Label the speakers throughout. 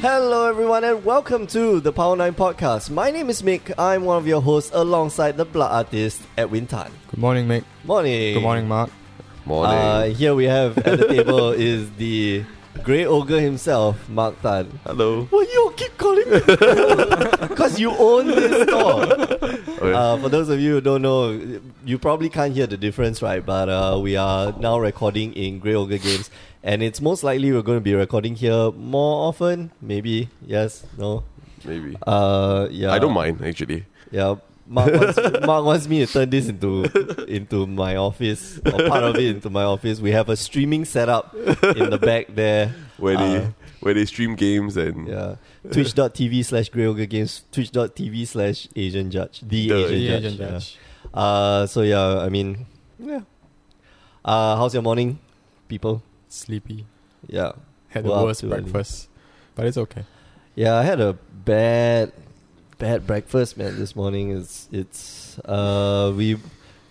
Speaker 1: Hello, everyone, and welcome to the Power 9 podcast. My name is Mick. I'm one of your hosts alongside the blood artist, Edwin Tan.
Speaker 2: Good morning, Mick.
Speaker 1: Morning.
Speaker 2: Good morning, Mark.
Speaker 3: Morning.
Speaker 1: Uh, here we have at the table is the Grey Ogre himself, Mark Tan.
Speaker 3: Hello.
Speaker 1: Well, you keep calling me because you own this store.
Speaker 3: Okay.
Speaker 1: Uh, for those of you who don't know, you probably can't hear the difference, right? But uh, we are now recording in Grey Ogre Games, and it's most likely we're going to be recording here more often. Maybe yes, no.
Speaker 3: Maybe.
Speaker 1: Uh, yeah.
Speaker 3: I don't mind actually.
Speaker 1: Yeah. Mark wants, Mark wants me to turn this into into my office or part of it into my office. We have a streaming setup in the back there.
Speaker 3: Where they
Speaker 1: Uh,
Speaker 3: where they stream games and
Speaker 1: yeah. Twitch.tv slash Grey Ogre Games, twitch.tv slash Asian Judge. The,
Speaker 3: The
Speaker 1: Asian,
Speaker 2: The
Speaker 1: Judge.
Speaker 2: Asian
Speaker 1: yeah.
Speaker 2: Judge.
Speaker 1: Uh, so yeah, I mean, yeah. Uh, how's your morning, people?
Speaker 2: Sleepy.
Speaker 1: Yeah,
Speaker 2: Had
Speaker 1: Well,
Speaker 2: the worst
Speaker 1: too early.
Speaker 2: breakfast. But it's okay.
Speaker 1: yeah. I had a bad, bad breakfast, man. This morning it's it's uh we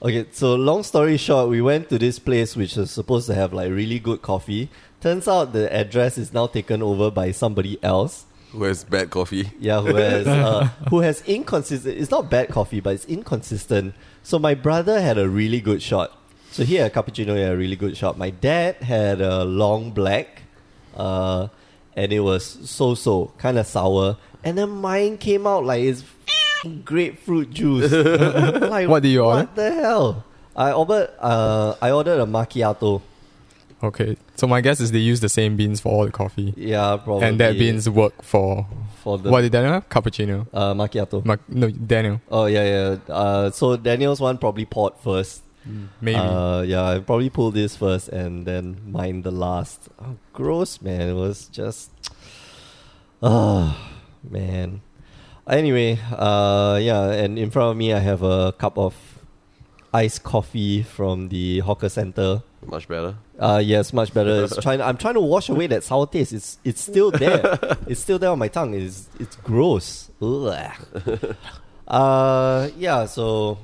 Speaker 1: okay. So long story short, we went to this place which is supposed to have like really good coffee. Turns out the address is now taken over by somebody else.
Speaker 3: who has bad coffee.
Speaker 1: Yeah, who has uh, who has inconsistent. It's not bad coffee, but it's inconsistent. So my brother had a really good shot. So he had a cappuccino, he had a really good shot. My dad had a long black, uh, and it was so so kind of sour. And then mine came out like it's f***ing grapefruit juice. like,
Speaker 2: What did you order?
Speaker 1: What the hell? I ordered uh, I ordered a macchiato.
Speaker 2: Okay. So my guess is they use the same beans for all the coffee.
Speaker 1: Yeah, probably.
Speaker 2: and that beans work for
Speaker 1: for the
Speaker 2: what did Daniel have? Cappuccino.
Speaker 1: uh, macchiato.
Speaker 2: Mac- no, Daniel.
Speaker 1: Oh yeah, yeah. Uh, so Daniel's one probably poured first.
Speaker 2: Maybe.
Speaker 1: Uh, yeah, I probably pull this first and then mine the last. Oh, gross, man. It was just. Ah, man. Anyway, uh, yeah, and in front of me, I have a cup of iced coffee from the hawker center.
Speaker 3: Much better.
Speaker 1: Uh, yes, much better. It's trying. I'm trying to wash away that sour taste. It's it's still there. it's still there on my tongue. It's it's gross. Ugh. uh, yeah. So,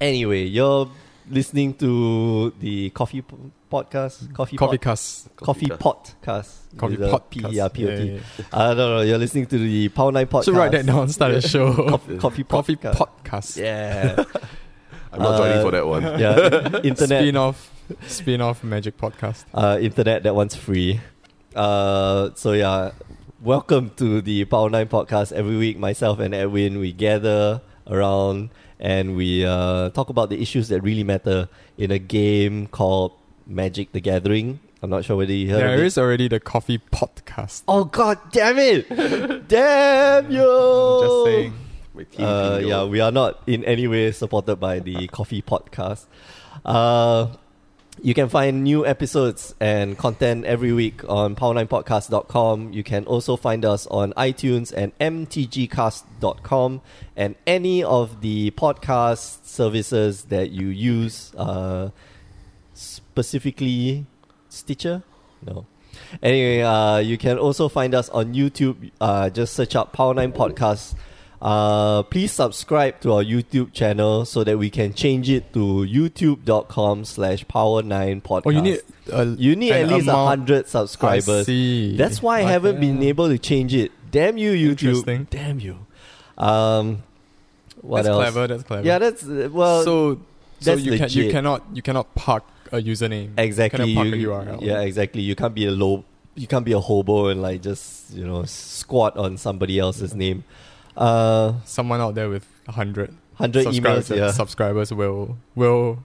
Speaker 1: anyway, you're listening to the coffee p- podcast. Coffee
Speaker 2: coffee
Speaker 1: pot,
Speaker 2: cuss.
Speaker 1: coffee podcast.
Speaker 2: Coffee
Speaker 1: With a
Speaker 2: pot.
Speaker 1: P-
Speaker 2: cuss.
Speaker 1: yeah, P O T.
Speaker 2: Yeah, yeah,
Speaker 1: Uh, no, no. You're listening to the Power Nine
Speaker 2: yeah.
Speaker 1: podcast.
Speaker 2: So write that down, start a show.
Speaker 1: Coffee, coffee,
Speaker 2: coffee
Speaker 1: podcast.
Speaker 2: podcast.
Speaker 1: Yeah,
Speaker 3: I'm not joining
Speaker 1: Uh,
Speaker 3: for that one.
Speaker 1: yeah. Internet
Speaker 2: Spin off spin off magic podcast.
Speaker 1: uh, internet that one's free. Uh, so yeah, welcome to the Power Nine podcast. Every week, myself and Edwin we gather around and we uh, talk about the issues that really matter in a game called Magic: The Gathering. I'm not sure whether you heard of
Speaker 2: There
Speaker 1: it.
Speaker 2: is already the coffee podcast.
Speaker 1: Oh god, damn it! damn you!
Speaker 2: Just saying.
Speaker 3: My team
Speaker 1: Uh,
Speaker 3: video.
Speaker 1: yeah, we are not in any way supported by the Coffee Podcast. Uh, you can find new episodes and content every week on power9podcast.com. You can also find us on iTunes and mtgcast.com and any of the podcast services that you use, uh, specifically Stitcher? No. Anyway, uh, you can also find us on YouTube. Uh, just search up Power 9 Podcasts. Uh, please subscribe to our YouTube channel so that we can change it to youtube.com slash power 9 podcast.
Speaker 2: Oh you need a,
Speaker 1: You need
Speaker 2: an
Speaker 1: at least a
Speaker 2: amount-
Speaker 1: 100
Speaker 2: I
Speaker 1: subscribers.
Speaker 2: see.
Speaker 1: That's why I haven't been
Speaker 2: Okay.
Speaker 1: able to change it. Damn you, YouTube.
Speaker 2: Interesting.
Speaker 1: Damn you. Um, what
Speaker 2: that's
Speaker 1: else?
Speaker 2: clever. That's clever.
Speaker 1: Yeah, that's uh, well.
Speaker 2: so so
Speaker 1: that's
Speaker 2: you can you
Speaker 1: legit.
Speaker 2: cannot you cannot park a username.
Speaker 1: exactly
Speaker 2: You cannot
Speaker 1: you-
Speaker 2: park a URL.
Speaker 1: yeah exactly you can't be a low you can't be a hobo and like just you know squat on somebody else's name uh
Speaker 2: Someone out there with hundred
Speaker 1: 100
Speaker 2: subscribers,
Speaker 1: emails yeah
Speaker 2: subscribers will will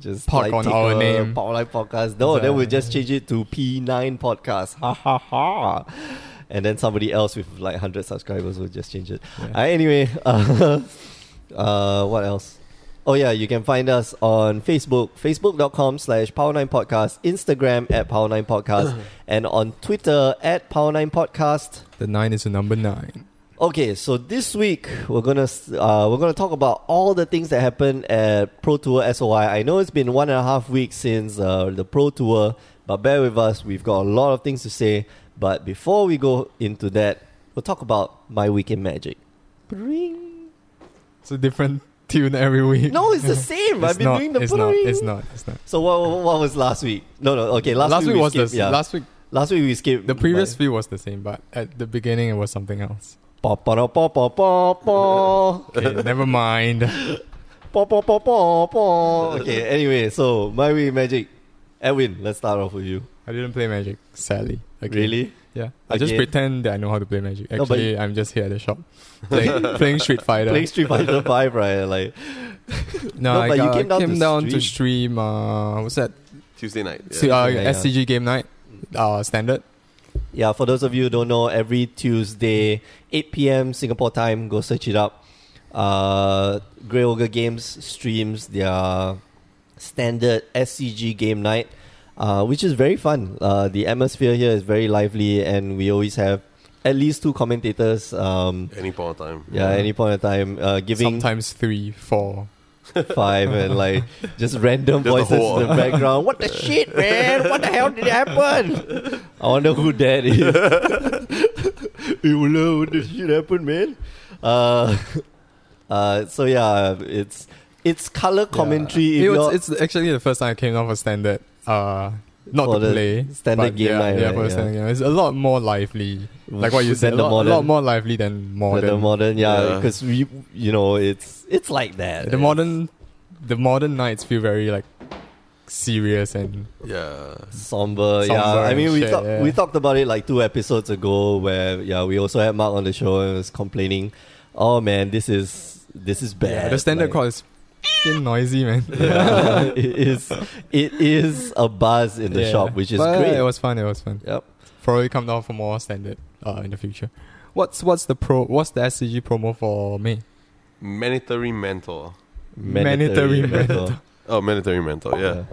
Speaker 1: just
Speaker 2: park on
Speaker 1: take
Speaker 2: our
Speaker 1: a
Speaker 2: name.
Speaker 1: power Line podcast no then we'll just change it to p9 podcast ha ha ha and then somebody else with like 100 subscribers will just change it
Speaker 2: Yeah.
Speaker 1: Uh, anyway, uh, uh, what else? Oh yeah, you can find us on Facebook, facebook.com slash Power9 Podcast, Instagram at Power9 Podcast, and on Twitter at Power9 Podcast.
Speaker 2: the nine is a number nine.
Speaker 1: Okay, so this week we're gonna s- uh, we're gonna talk about all the things that happened at Pro Tour SOI. I know it's been one and a half weeks since uh, the Pro Tour, but bear with us. We've got a lot of things to say. But before we go into that, we'll talk about my week in magic. Bring.
Speaker 2: It's a different tune every week.
Speaker 1: No, it's the same. I've
Speaker 2: It's
Speaker 1: been
Speaker 2: not,
Speaker 1: doing the
Speaker 2: it's not,
Speaker 1: boring.
Speaker 2: it's not. It's not.
Speaker 1: So what, what, what was last week? No, no. Okay, last,
Speaker 2: week, was
Speaker 1: we skipped,
Speaker 2: the
Speaker 1: yeah.
Speaker 2: last week.
Speaker 1: Last week we skipped
Speaker 2: The previous few was the same, but at the beginning it was something else.
Speaker 1: Ba- ba- da- ba- ba- ba- ba.
Speaker 2: Okay, never mind.
Speaker 1: Ba- ba- ba- ba- ba. Okay, anyway, so my way magic. Edwin, let's start off with you.
Speaker 2: I didn't play magic, sadly. Again.
Speaker 1: Really?
Speaker 2: Yeah. I just
Speaker 1: Again?
Speaker 2: pretend that I know how to play magic.
Speaker 1: No, but
Speaker 2: Actually, I'm just here at the shop playing, playing Street Fighter.
Speaker 1: Playing Street Fighter Five, right? Like
Speaker 2: no,
Speaker 1: No,
Speaker 2: I
Speaker 1: but you
Speaker 2: got-
Speaker 1: came down
Speaker 2: came
Speaker 1: to
Speaker 2: down to
Speaker 1: stream.
Speaker 2: stream. Uh, what's that?
Speaker 3: Tuesday night. Yeah.
Speaker 2: See, uh,
Speaker 1: Yeah, yeah.
Speaker 2: SCG game night. Uh, standard.
Speaker 1: Yeah, for those of you who don't know, every Tuesday, 8 p.m. Singapore time, go search it up. Uh, Grey Ogre Games streams their standard SCG game night, uh, which is very fun. Uh, the atmosphere here is very lively, and we always have at least two commentators. Um,
Speaker 3: Any point of time.
Speaker 1: yeah, at any point of time, uh, giving
Speaker 2: Sometimes three, four.
Speaker 1: five and like just random
Speaker 3: Just the
Speaker 1: voices
Speaker 3: whole-
Speaker 1: in the background. What the shit, man? What the hell did happen? I wonder who that is. you will know what the shit happened, man. Uh, uh, so yeah, it's it's color commentary.
Speaker 2: Yeah.
Speaker 1: If
Speaker 2: It was-
Speaker 1: you're-
Speaker 2: it's actually the first time I came down for standard. Uh, not
Speaker 1: For
Speaker 2: to
Speaker 1: the
Speaker 2: play
Speaker 1: standard
Speaker 2: but
Speaker 1: game
Speaker 2: yeah,
Speaker 1: night,
Speaker 2: Yeah,
Speaker 1: right,
Speaker 2: for
Speaker 1: yeah.
Speaker 2: the
Speaker 1: Mm.
Speaker 2: standard game. It's a lot more lively. Like what you said, a
Speaker 1: Than the
Speaker 2: lot, a lot
Speaker 1: modern.
Speaker 2: more lively than
Speaker 1: But
Speaker 2: modern.
Speaker 1: the modern, yeah,
Speaker 3: Yeah.
Speaker 1: because we, you know, it's it's like that.
Speaker 2: the modern, the modern nights feel very like serious and
Speaker 3: Yeah.
Speaker 1: somber.
Speaker 2: Somber
Speaker 1: yeah, I mean
Speaker 2: and
Speaker 1: we
Speaker 2: shit,
Speaker 1: talk,
Speaker 2: yeah.
Speaker 1: we talked about it like two episodes ago where yeah we also had Mark on the show and was complaining, oh man, this is this is bad.
Speaker 2: yeah, the standard
Speaker 1: Like,
Speaker 2: call is f***ing noisy, man.
Speaker 1: yeah, it is it is a buzz in the
Speaker 2: Yeah.
Speaker 1: shop, which is
Speaker 2: But
Speaker 1: great.
Speaker 2: It was fun. It was fun.
Speaker 1: yep.
Speaker 2: Probably come down for more standard uh, in the future. What's what's the pro? What's the SCG promo for May?
Speaker 3: Mandatory mentor.
Speaker 2: Mandatory
Speaker 1: mental.
Speaker 3: Oh, mandatory mentor. Yeah.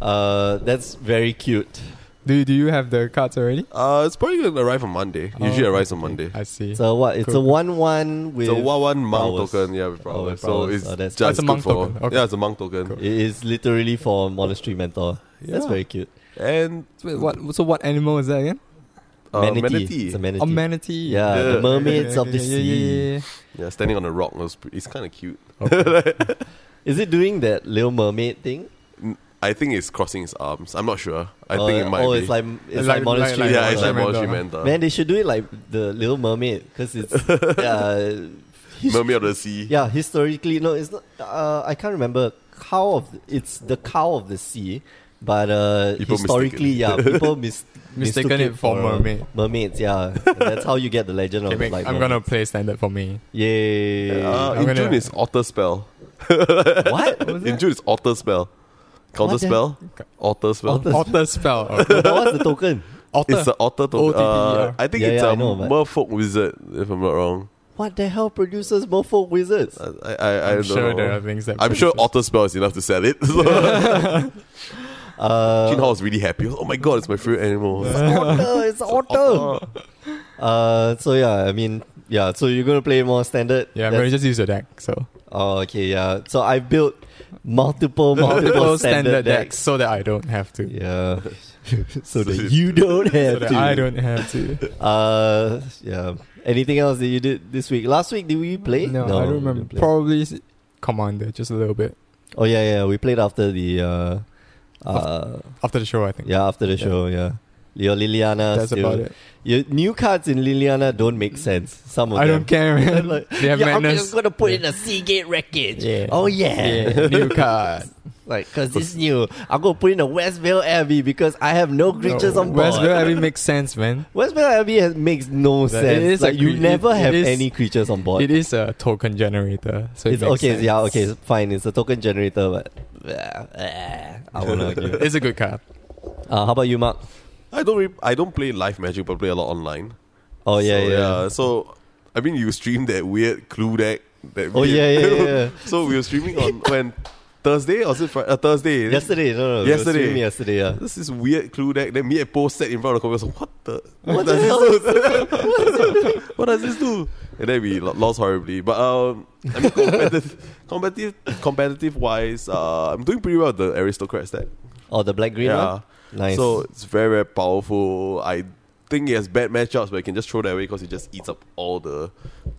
Speaker 1: Uh, that's very cute.
Speaker 2: Do do you have the cards already?
Speaker 3: Uh, it's probably gonna arrive on Monday. Usually
Speaker 2: Oh,
Speaker 3: arrives on
Speaker 2: okay.
Speaker 3: Monday.
Speaker 2: I see.
Speaker 1: So what? It's a
Speaker 2: Cool.
Speaker 1: one-one with
Speaker 3: It's a one one monk
Speaker 1: powers.
Speaker 3: token. Yeah, with
Speaker 1: Oh, with
Speaker 3: powers. so
Speaker 1: powers.
Speaker 3: it's
Speaker 1: Oh, that's-
Speaker 3: just
Speaker 2: That's a
Speaker 3: good
Speaker 2: monk
Speaker 3: for-
Speaker 2: token. Okay.
Speaker 3: Yeah, it's a monk token.
Speaker 2: Cool.
Speaker 1: it is literally for monastery mentor. That's
Speaker 3: Yeah.
Speaker 1: very cute.
Speaker 3: And
Speaker 2: Wait, what? So what animal is that again?
Speaker 3: uh,
Speaker 1: manatee.
Speaker 3: manatee.
Speaker 1: It's a manatee.
Speaker 2: A manatee.
Speaker 1: Yeah,
Speaker 3: the
Speaker 2: Okay,
Speaker 1: mermaids
Speaker 2: okay,
Speaker 1: of the
Speaker 2: yeah, yeah,
Speaker 1: sea.
Speaker 2: yeah, yeah.
Speaker 3: Yeah, standing on a rock. It was, pre- it's kind of cute.
Speaker 1: Is it doing that Little Mermaid thing?
Speaker 3: I think it's crossing his arms. I'm not sure. I think it might
Speaker 1: Oh,
Speaker 3: be.
Speaker 1: it's like it's like,
Speaker 2: Like-
Speaker 1: monastery.
Speaker 2: like-
Speaker 3: yeah, it's
Speaker 1: Manor.
Speaker 3: like
Speaker 2: Mentor.
Speaker 3: Monastery Mentor.
Speaker 1: man, they should do it like the Little Mermaid because it's uh, his-
Speaker 3: Mermaid of the Sea.
Speaker 1: yeah historically no, it's not. Uh, I can't remember cow of it's the cow of the sea, but uh,
Speaker 3: People
Speaker 1: historically, yeah, people mis-
Speaker 2: Mistaken
Speaker 1: mistook
Speaker 2: it for mermaid.
Speaker 1: mermaids. Yeah, And that's how you get the legend
Speaker 2: Okay,
Speaker 1: of
Speaker 2: make-
Speaker 1: like.
Speaker 2: I'm gonna play standard for me.
Speaker 1: Yay!
Speaker 3: Uh,
Speaker 2: I'm
Speaker 3: in
Speaker 2: gonna-
Speaker 3: June is Otter Spell.
Speaker 1: what?
Speaker 3: In June is Otter Spell. Counter
Speaker 1: What the-
Speaker 3: Spell? Otter Spell?
Speaker 1: Otter-
Speaker 2: Otter spell.
Speaker 1: But what's the token?
Speaker 2: Otter.
Speaker 3: It's an otter token.
Speaker 2: OTTER.
Speaker 3: Uh, I think
Speaker 1: Yeah,
Speaker 3: it's
Speaker 1: yeah, I
Speaker 3: a
Speaker 1: know, but-
Speaker 3: merfolk wizard, if I'm not wrong.
Speaker 1: What the hell produces Morpho Wizards?
Speaker 3: I, I, I, I
Speaker 2: I'm
Speaker 3: don't
Speaker 2: sure
Speaker 3: know.
Speaker 2: there are things that.
Speaker 3: I'm sure
Speaker 2: produces-
Speaker 3: Otter Spell is enough to sell it. Jin
Speaker 1: Uh,
Speaker 3: Hao is really happy. Oh my god, it's my favorite animal.
Speaker 1: otter. It's otter. Uh, so yeah, I mean, yeah. So you're gonna play more standard.
Speaker 2: Yeah, I'm
Speaker 1: That's-
Speaker 2: gonna just use the deck. So
Speaker 1: Oh, okay, yeah. So I built multiple, multiple
Speaker 2: multiple
Speaker 1: standard,
Speaker 2: standard
Speaker 1: decks.
Speaker 2: decks so that I don't have to.
Speaker 1: Yeah. so that you don't have
Speaker 2: So that
Speaker 1: to.
Speaker 2: I don't have to.
Speaker 1: Uh, yeah. Anything else that you did this week? Last week did we play?
Speaker 2: No, I
Speaker 1: we
Speaker 2: don't remember.
Speaker 1: didn't play.
Speaker 2: Probably s- Commander, just a little bit
Speaker 1: oh yeah, yeah. We played after the. Uh, uh,
Speaker 2: after the show. I think.
Speaker 1: yeah, after the
Speaker 2: Yeah.
Speaker 1: show. Yeah. Your Liliana.
Speaker 2: that's
Speaker 1: still-
Speaker 2: about it.
Speaker 1: Your new cards in Liliana don't make sense. Some of
Speaker 2: I
Speaker 1: them.
Speaker 2: don't care, man.
Speaker 1: Like,
Speaker 2: they have
Speaker 1: yeah, I'm
Speaker 2: madness.
Speaker 1: just gonna put in a Seagate wreckage.
Speaker 2: Yeah.
Speaker 1: Oh yeah.
Speaker 2: Yeah, new card.
Speaker 1: Like, cause this new, I'm gonna put in a Westvale Abbey because I have no creatures on board.
Speaker 2: Westville Abbey makes sense, man.
Speaker 1: Westvale Abbey has, makes no
Speaker 2: That-
Speaker 1: sense.
Speaker 2: it is
Speaker 1: like
Speaker 2: a
Speaker 1: you
Speaker 2: cre-
Speaker 1: never
Speaker 2: it- it
Speaker 1: have
Speaker 2: is-
Speaker 1: any creatures on board.
Speaker 2: It is a token generator, so it
Speaker 1: It's
Speaker 2: makes
Speaker 1: okay.
Speaker 2: sense.
Speaker 1: Yeah. Okay. it's Fine. It's a token generator, but I won't argue.
Speaker 2: It's a good card.
Speaker 1: Uh, how about you, Mark?
Speaker 3: I don't re- I don't play live magic, but play a lot online.
Speaker 1: Oh yeah,
Speaker 3: so,
Speaker 1: yeah.
Speaker 3: So, I mean, you streamed that weird clue deck. That
Speaker 1: Oh,
Speaker 3: weird-
Speaker 1: yeah, yeah, yeah.
Speaker 3: so we were streaming on when Thursday or was it Friday? Uh, Thursday.
Speaker 1: Yesterday, no, no, no,
Speaker 3: Yesterday.
Speaker 1: stream yesterday, yeah.
Speaker 3: This is weird clue deck. Then me and Paul sat in front of the computer. So what the?
Speaker 1: What
Speaker 3: What
Speaker 1: the
Speaker 3: does
Speaker 1: hell
Speaker 3: this do? what does this do? And then we lo- lost horribly. But um, I mean, competitive, competitive, competitive wise, uh, I'm doing pretty well. With the aristocrat deck.
Speaker 1: Oh, the black green
Speaker 3: Yeah.
Speaker 1: one. Nice.
Speaker 3: So it's very very powerful. I think it has bad matchups, but you can just throw that away because it just eats up all the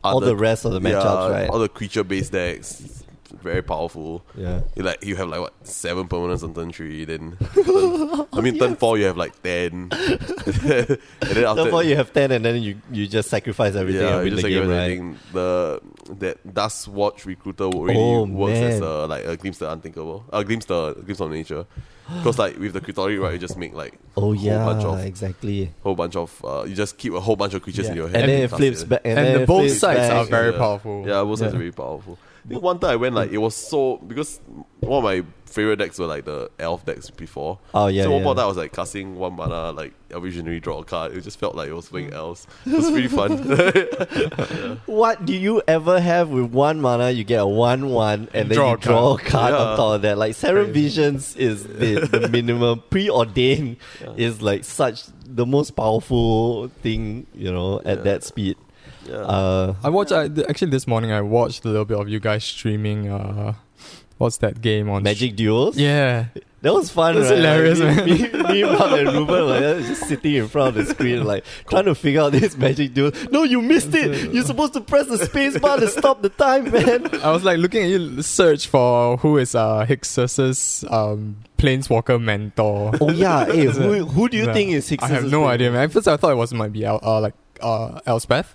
Speaker 1: all
Speaker 3: other-
Speaker 1: the rest of the
Speaker 3: yeah,
Speaker 1: matchups, right?
Speaker 3: All the creature based decks. very powerful.
Speaker 1: Yeah.
Speaker 3: You like you have like what seven permanents on turn three, then turn- I mean turn four you have like ten, and then after
Speaker 1: Therefore, you have 10 and then you, you just sacrifice everything and win
Speaker 3: you
Speaker 1: the
Speaker 3: like
Speaker 1: game, right?
Speaker 3: everything. The that Dust Watch recruiter really
Speaker 1: Oh,
Speaker 3: works as
Speaker 1: man.
Speaker 3: a like a glimpse the unthinkable, a glimpse the glimpse of nature, because like with the Kutori right, you just make like
Speaker 1: Oh,
Speaker 3: whole bunch
Speaker 1: yeah,
Speaker 3: of
Speaker 1: exactly.
Speaker 3: whole bunch of uh, you just keep a whole bunch of creatures
Speaker 1: Yeah.
Speaker 3: in your
Speaker 1: And
Speaker 3: head
Speaker 1: then it
Speaker 3: cast
Speaker 1: flips
Speaker 3: it.
Speaker 1: back. And,
Speaker 2: And
Speaker 1: then
Speaker 2: the
Speaker 1: it
Speaker 2: both
Speaker 1: flips
Speaker 2: sides
Speaker 1: back.
Speaker 2: are very-
Speaker 3: Yeah.
Speaker 2: powerful.
Speaker 3: Yeah, both sides
Speaker 1: Yeah.
Speaker 3: are very powerful. I think one time I went like it was so because one of my favorite decks were like the elf decks before.
Speaker 1: Oh, yeah,
Speaker 3: So one
Speaker 1: yeah.
Speaker 3: more time I was like casting one mana like a visionary draw a card. It just felt like it was playing elves. It was pretty fun.
Speaker 1: What do you ever have with one mana? You get a one-one, and then
Speaker 2: Draw
Speaker 1: you
Speaker 2: a card.
Speaker 1: draw a card
Speaker 3: Yeah.
Speaker 1: on top of that. Like Seven
Speaker 2: Crazy.
Speaker 1: Visions is the, the minimum. Preordain is like such the most powerful thing you know at
Speaker 3: Yeah.
Speaker 1: that speed.
Speaker 3: yeah.
Speaker 1: Uh,
Speaker 2: I watched I, th- actually this morning. I watched a little bit of you guys streaming. Uh, what's that game on
Speaker 1: Magic duels.
Speaker 2: Yeah,
Speaker 1: That was fun.
Speaker 2: That's
Speaker 1: right?
Speaker 2: hilarious,
Speaker 1: Like,
Speaker 2: man.
Speaker 1: Me, me, me Mark and Ruben like that, just sitting in front of the screen, like trying to figure out this magic duel. No, you missed it. You're supposed to press the space bar to stop the time, man.
Speaker 2: I was like looking at you search for who is uh Hyksos' um planeswalker mentor.
Speaker 1: Oh yeah, hey, who, who do you
Speaker 2: Yeah.
Speaker 1: think is Hicks?
Speaker 2: I have no idea, man. At first, I thought it was might be El- uh, like uh Elspeth.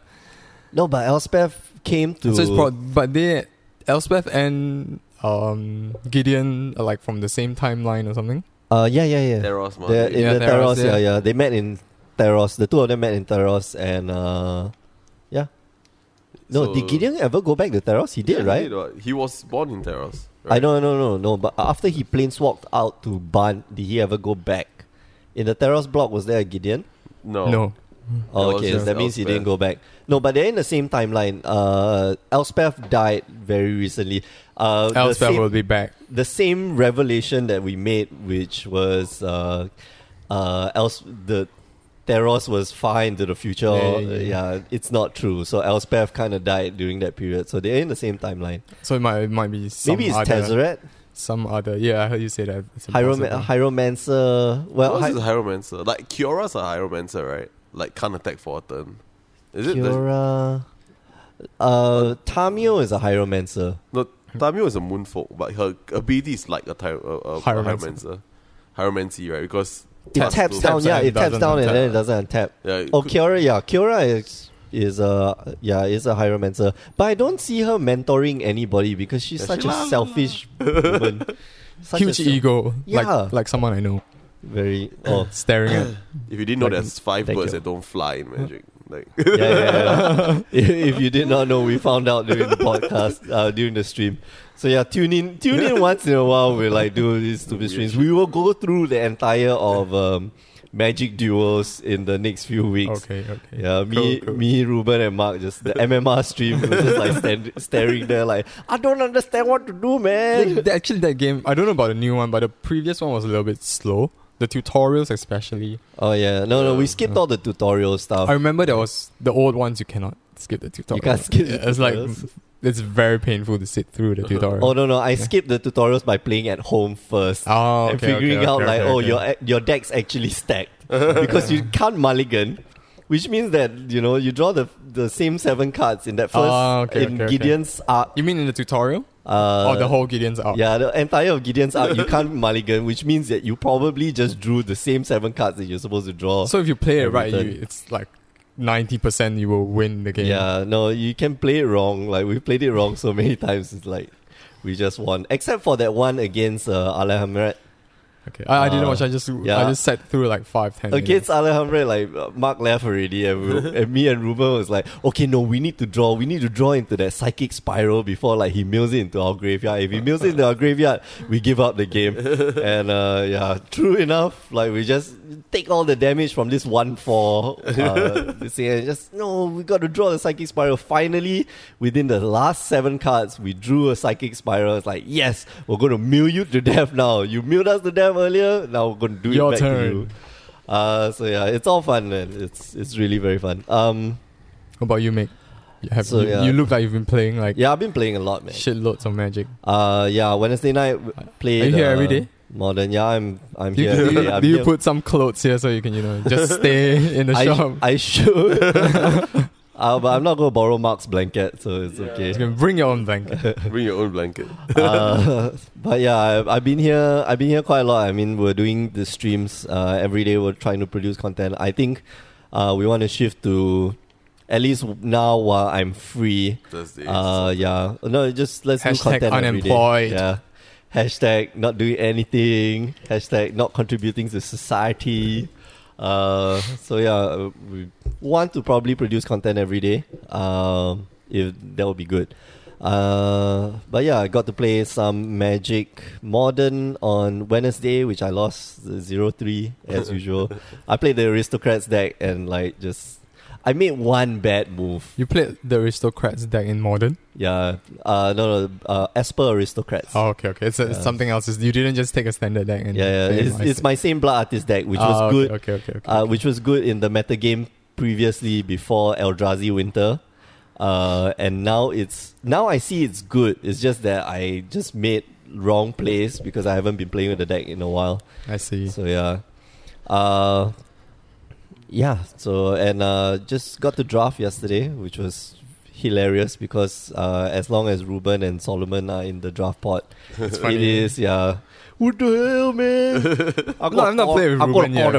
Speaker 1: No, but Elspeth came to.
Speaker 2: So it's pro- but they Elspeth and um Gideon are like from the same timeline or something.
Speaker 1: uh, yeah, yeah, yeah.
Speaker 3: Theros, man.
Speaker 1: They're in
Speaker 2: Yeah,
Speaker 1: the
Speaker 2: Theros,
Speaker 1: Theros, yeah.
Speaker 2: yeah.
Speaker 1: yeah, They met in Theros. The two of them met in Theros, and uh, yeah. No,
Speaker 3: So-
Speaker 1: did Gideon ever go back to Theros? He did,
Speaker 3: Yeah,
Speaker 1: right?
Speaker 3: He, what? He was born in Theros.
Speaker 1: I
Speaker 3: right?
Speaker 1: don't know, no, no, no. But after he planeswalked out to Ban, did he ever go back? In the Theros block, was there a Gideon?
Speaker 3: No.
Speaker 2: No,
Speaker 1: Oh,
Speaker 3: That was
Speaker 1: okay,
Speaker 3: just
Speaker 1: that means he
Speaker 3: Elspeth.
Speaker 1: didn't go back. No, but they're in the same timeline. Uh, Elspeth died very recently. Uh, the
Speaker 2: Elspeth
Speaker 1: same-
Speaker 2: will be back.
Speaker 1: the same revelation that we made, which was uh, uh, else the Theros was far into the future.
Speaker 2: Yeah,
Speaker 1: Yeah,
Speaker 2: yeah,
Speaker 1: it's not true. So Elspeth kind of died during that period. So they're in the same timeline.
Speaker 2: So it might it might be some
Speaker 1: Maybe it's
Speaker 2: other,
Speaker 1: Tezzeret,
Speaker 2: some other. Yeah, I heard you say that. It's
Speaker 1: Hierom-
Speaker 2: impossible.
Speaker 1: Hieromancer. uh, Well,
Speaker 3: What
Speaker 1: hi-
Speaker 3: is Hieromancer? Like Kiora's a Hieromancer, right? Like can't attack for a turn. Is it the,
Speaker 1: Kiora. Uh, Tamio is a uh, Hieromancer.
Speaker 3: no? Tamio is a moonfolk, but her ability is like a, ty- a, a
Speaker 2: Hieromancer.
Speaker 3: Hieromancer. Hieromancy, right? Because
Speaker 1: It
Speaker 3: plus
Speaker 1: taps
Speaker 3: two.
Speaker 1: down,
Speaker 2: Taps
Speaker 1: yeah.
Speaker 2: and
Speaker 1: It taps
Speaker 2: doesn't
Speaker 1: down and
Speaker 2: untap.
Speaker 1: then it doesn't tap.
Speaker 3: Yeah, it
Speaker 1: Oh,
Speaker 3: could-
Speaker 1: Kiora, yeah. Kiora is is a yeah is a hieromancer, but I don't see her mentoring anybody because she's
Speaker 3: Yeah,
Speaker 1: such
Speaker 3: she-
Speaker 1: a
Speaker 3: la, la,
Speaker 1: selfish woman. Such a
Speaker 2: Huge
Speaker 1: self-
Speaker 2: ego,
Speaker 1: Yeah.
Speaker 2: like like someone I know,
Speaker 1: Very oh
Speaker 2: staring at.
Speaker 3: If you didn't know,
Speaker 1: Like,
Speaker 3: there's five
Speaker 1: thank
Speaker 3: birds
Speaker 1: you.
Speaker 3: that don't fly in Magic. Like
Speaker 1: yeah, yeah, yeah. if if you did not know, we found out during the podcast uh, during the stream. So yeah, tune in tune in once in a while. We like do these stupid
Speaker 3: Weird
Speaker 1: streams.
Speaker 3: shit.
Speaker 1: We will go through the entire of um, Magic Duels in the next few weeks.
Speaker 2: Okay, okay.
Speaker 1: Yeah, me,
Speaker 2: Cool, cool.
Speaker 1: me, Ruben, and Mark just the MMR stream was just like stand, staring there, like I don't understand what to do,
Speaker 2: Th-
Speaker 1: man.
Speaker 2: th- actually, that game I don't know about the new one, but the previous one was a little bit slow. The tutorials, especially.
Speaker 1: Oh yeah, no, no, we skipped all the tutorial stuff.
Speaker 2: I remember there was the old ones. You cannot skip the tutorial.
Speaker 1: can't skip
Speaker 2: Yeah,
Speaker 1: the
Speaker 2: It's like
Speaker 1: tutorials.
Speaker 2: it's very painful to sit through the tutorial.
Speaker 1: Oh no, no, I skipped the tutorials by playing at home first.
Speaker 2: Oh,
Speaker 1: and
Speaker 2: okay, okay,
Speaker 1: figuring
Speaker 2: okay,
Speaker 1: out
Speaker 2: okay,
Speaker 1: like,
Speaker 2: okay,
Speaker 1: oh,
Speaker 2: okay.
Speaker 1: your ac- your deck's actually stacked because you can't mulligan, which means that you know you draw the the same seven cards in that first
Speaker 2: Ah, okay,
Speaker 1: in
Speaker 2: okay, okay.
Speaker 1: Gideon's arc.
Speaker 2: You mean in the tutorial
Speaker 1: Uh,
Speaker 2: or the whole Gideon's arc?
Speaker 1: Yeah, the entire of Gideon's arc, you can't mulligan, which means that you probably just drew the same seven cards that you're supposed to draw.
Speaker 2: So if you play it
Speaker 1: Every
Speaker 2: right, you,
Speaker 1: turn.
Speaker 2: it's like ninety percent you will win the game.
Speaker 1: yeah, no, you can play it wrong. Like, we played it wrong so many times, it's like, we just won. Except for that one against uh, Alhamret.
Speaker 2: Okay. I, I didn't
Speaker 1: Uh,
Speaker 2: watch. I just I
Speaker 1: yeah.
Speaker 2: just sat through like five ten.
Speaker 1: Against Alhamret, like, uh, Mark left already, and, we, and me and Ruben was like, okay, no, we need to draw. We need to draw into that psychic spiral before, like, he mills it into our graveyard. If he mills it into our graveyard, we give up the game. And, uh, yeah, true enough, like, we just take all the damage from this one four. Uh, this thing, and just no, we got to draw the psychic spiral. Finally, within the last seven cards, we drew a psychic spiral. It's like yes, we're going to mill you to death now. You milled us to death earlier. Now we're going to do it
Speaker 2: Your
Speaker 1: back
Speaker 2: turn.
Speaker 1: to you. Uh, so yeah, it's all fun, man. It's it's really very fun. Um,
Speaker 2: How about you, Mick? You, have,
Speaker 1: So,
Speaker 2: you,
Speaker 1: yeah.
Speaker 2: you look like you've been playing like
Speaker 1: yeah, I've been playing a lot, man.
Speaker 2: shitloads of Magic.
Speaker 1: Uh, yeah, Wednesday night play.
Speaker 2: Are you here every day?
Speaker 1: Modern, yeah, I'm I'm
Speaker 2: Do you,
Speaker 1: here.
Speaker 2: do
Speaker 1: every
Speaker 2: you-
Speaker 1: day. I'm
Speaker 2: do you
Speaker 1: here
Speaker 2: put some clothes here so you can you know just stay in the
Speaker 1: I,
Speaker 2: shop?
Speaker 1: I should. Uh, but I'm not going to borrow Mark's blanket, so it's
Speaker 3: Yeah.
Speaker 1: okay.
Speaker 2: You can bring your own blanket.
Speaker 3: Bring your own blanket.
Speaker 1: uh, but yeah, I, I've been here. I've been here quite a lot. I mean, we're doing the streams uh, every day. We're trying to produce content. I think uh, we want to shift to at least now while I'm free.
Speaker 3: Thursday.
Speaker 1: Uh, yeah, no, just let's do
Speaker 2: Hashtag
Speaker 1: content every day.
Speaker 2: unemployed.
Speaker 1: Yeah. Hashtag not doing anything. Hashtag not contributing to society. Uh, so yeah, uh, we want to probably produce content every day. Um, if that would be good. Uh, but yeah, I got to play some Magic Modern on Wednesday, which I lost 0-3 as usual. I played the Aristocrats deck and like just I made one bad move.
Speaker 2: You played the aristocrats deck in modern.
Speaker 1: Yeah. Uh, no, no. Uh, Esper Aristocrats.
Speaker 2: Oh, okay, okay. It's, it's
Speaker 1: Yeah.
Speaker 2: something else. It's- you didn't just take a standard deck and
Speaker 1: yeah, yeah.
Speaker 2: play
Speaker 1: It's,
Speaker 2: them, I
Speaker 1: it's
Speaker 2: see.
Speaker 1: my same Blood Artist deck, which
Speaker 2: Ah,
Speaker 1: was
Speaker 2: okay,
Speaker 1: good.
Speaker 2: Okay, okay, okay.
Speaker 1: Uh, which was good in the meta game previously before Eldrazi Winter. Uh, and now it's now I see it's good. It's just that I just made wrong plays because I haven't been playing with the deck in a while.
Speaker 2: I see.
Speaker 1: So yeah. Uh yeah, so and uh just got to draft yesterday, which was hilarious because uh as long as Ruben and Solomon are in the draft pot,
Speaker 2: it's
Speaker 1: it is yeah. What the hell man? I'm
Speaker 2: No, I'm not playing with
Speaker 1: I'm
Speaker 2: Ruben
Speaker 1: gonna
Speaker 2: yet,
Speaker 1: call the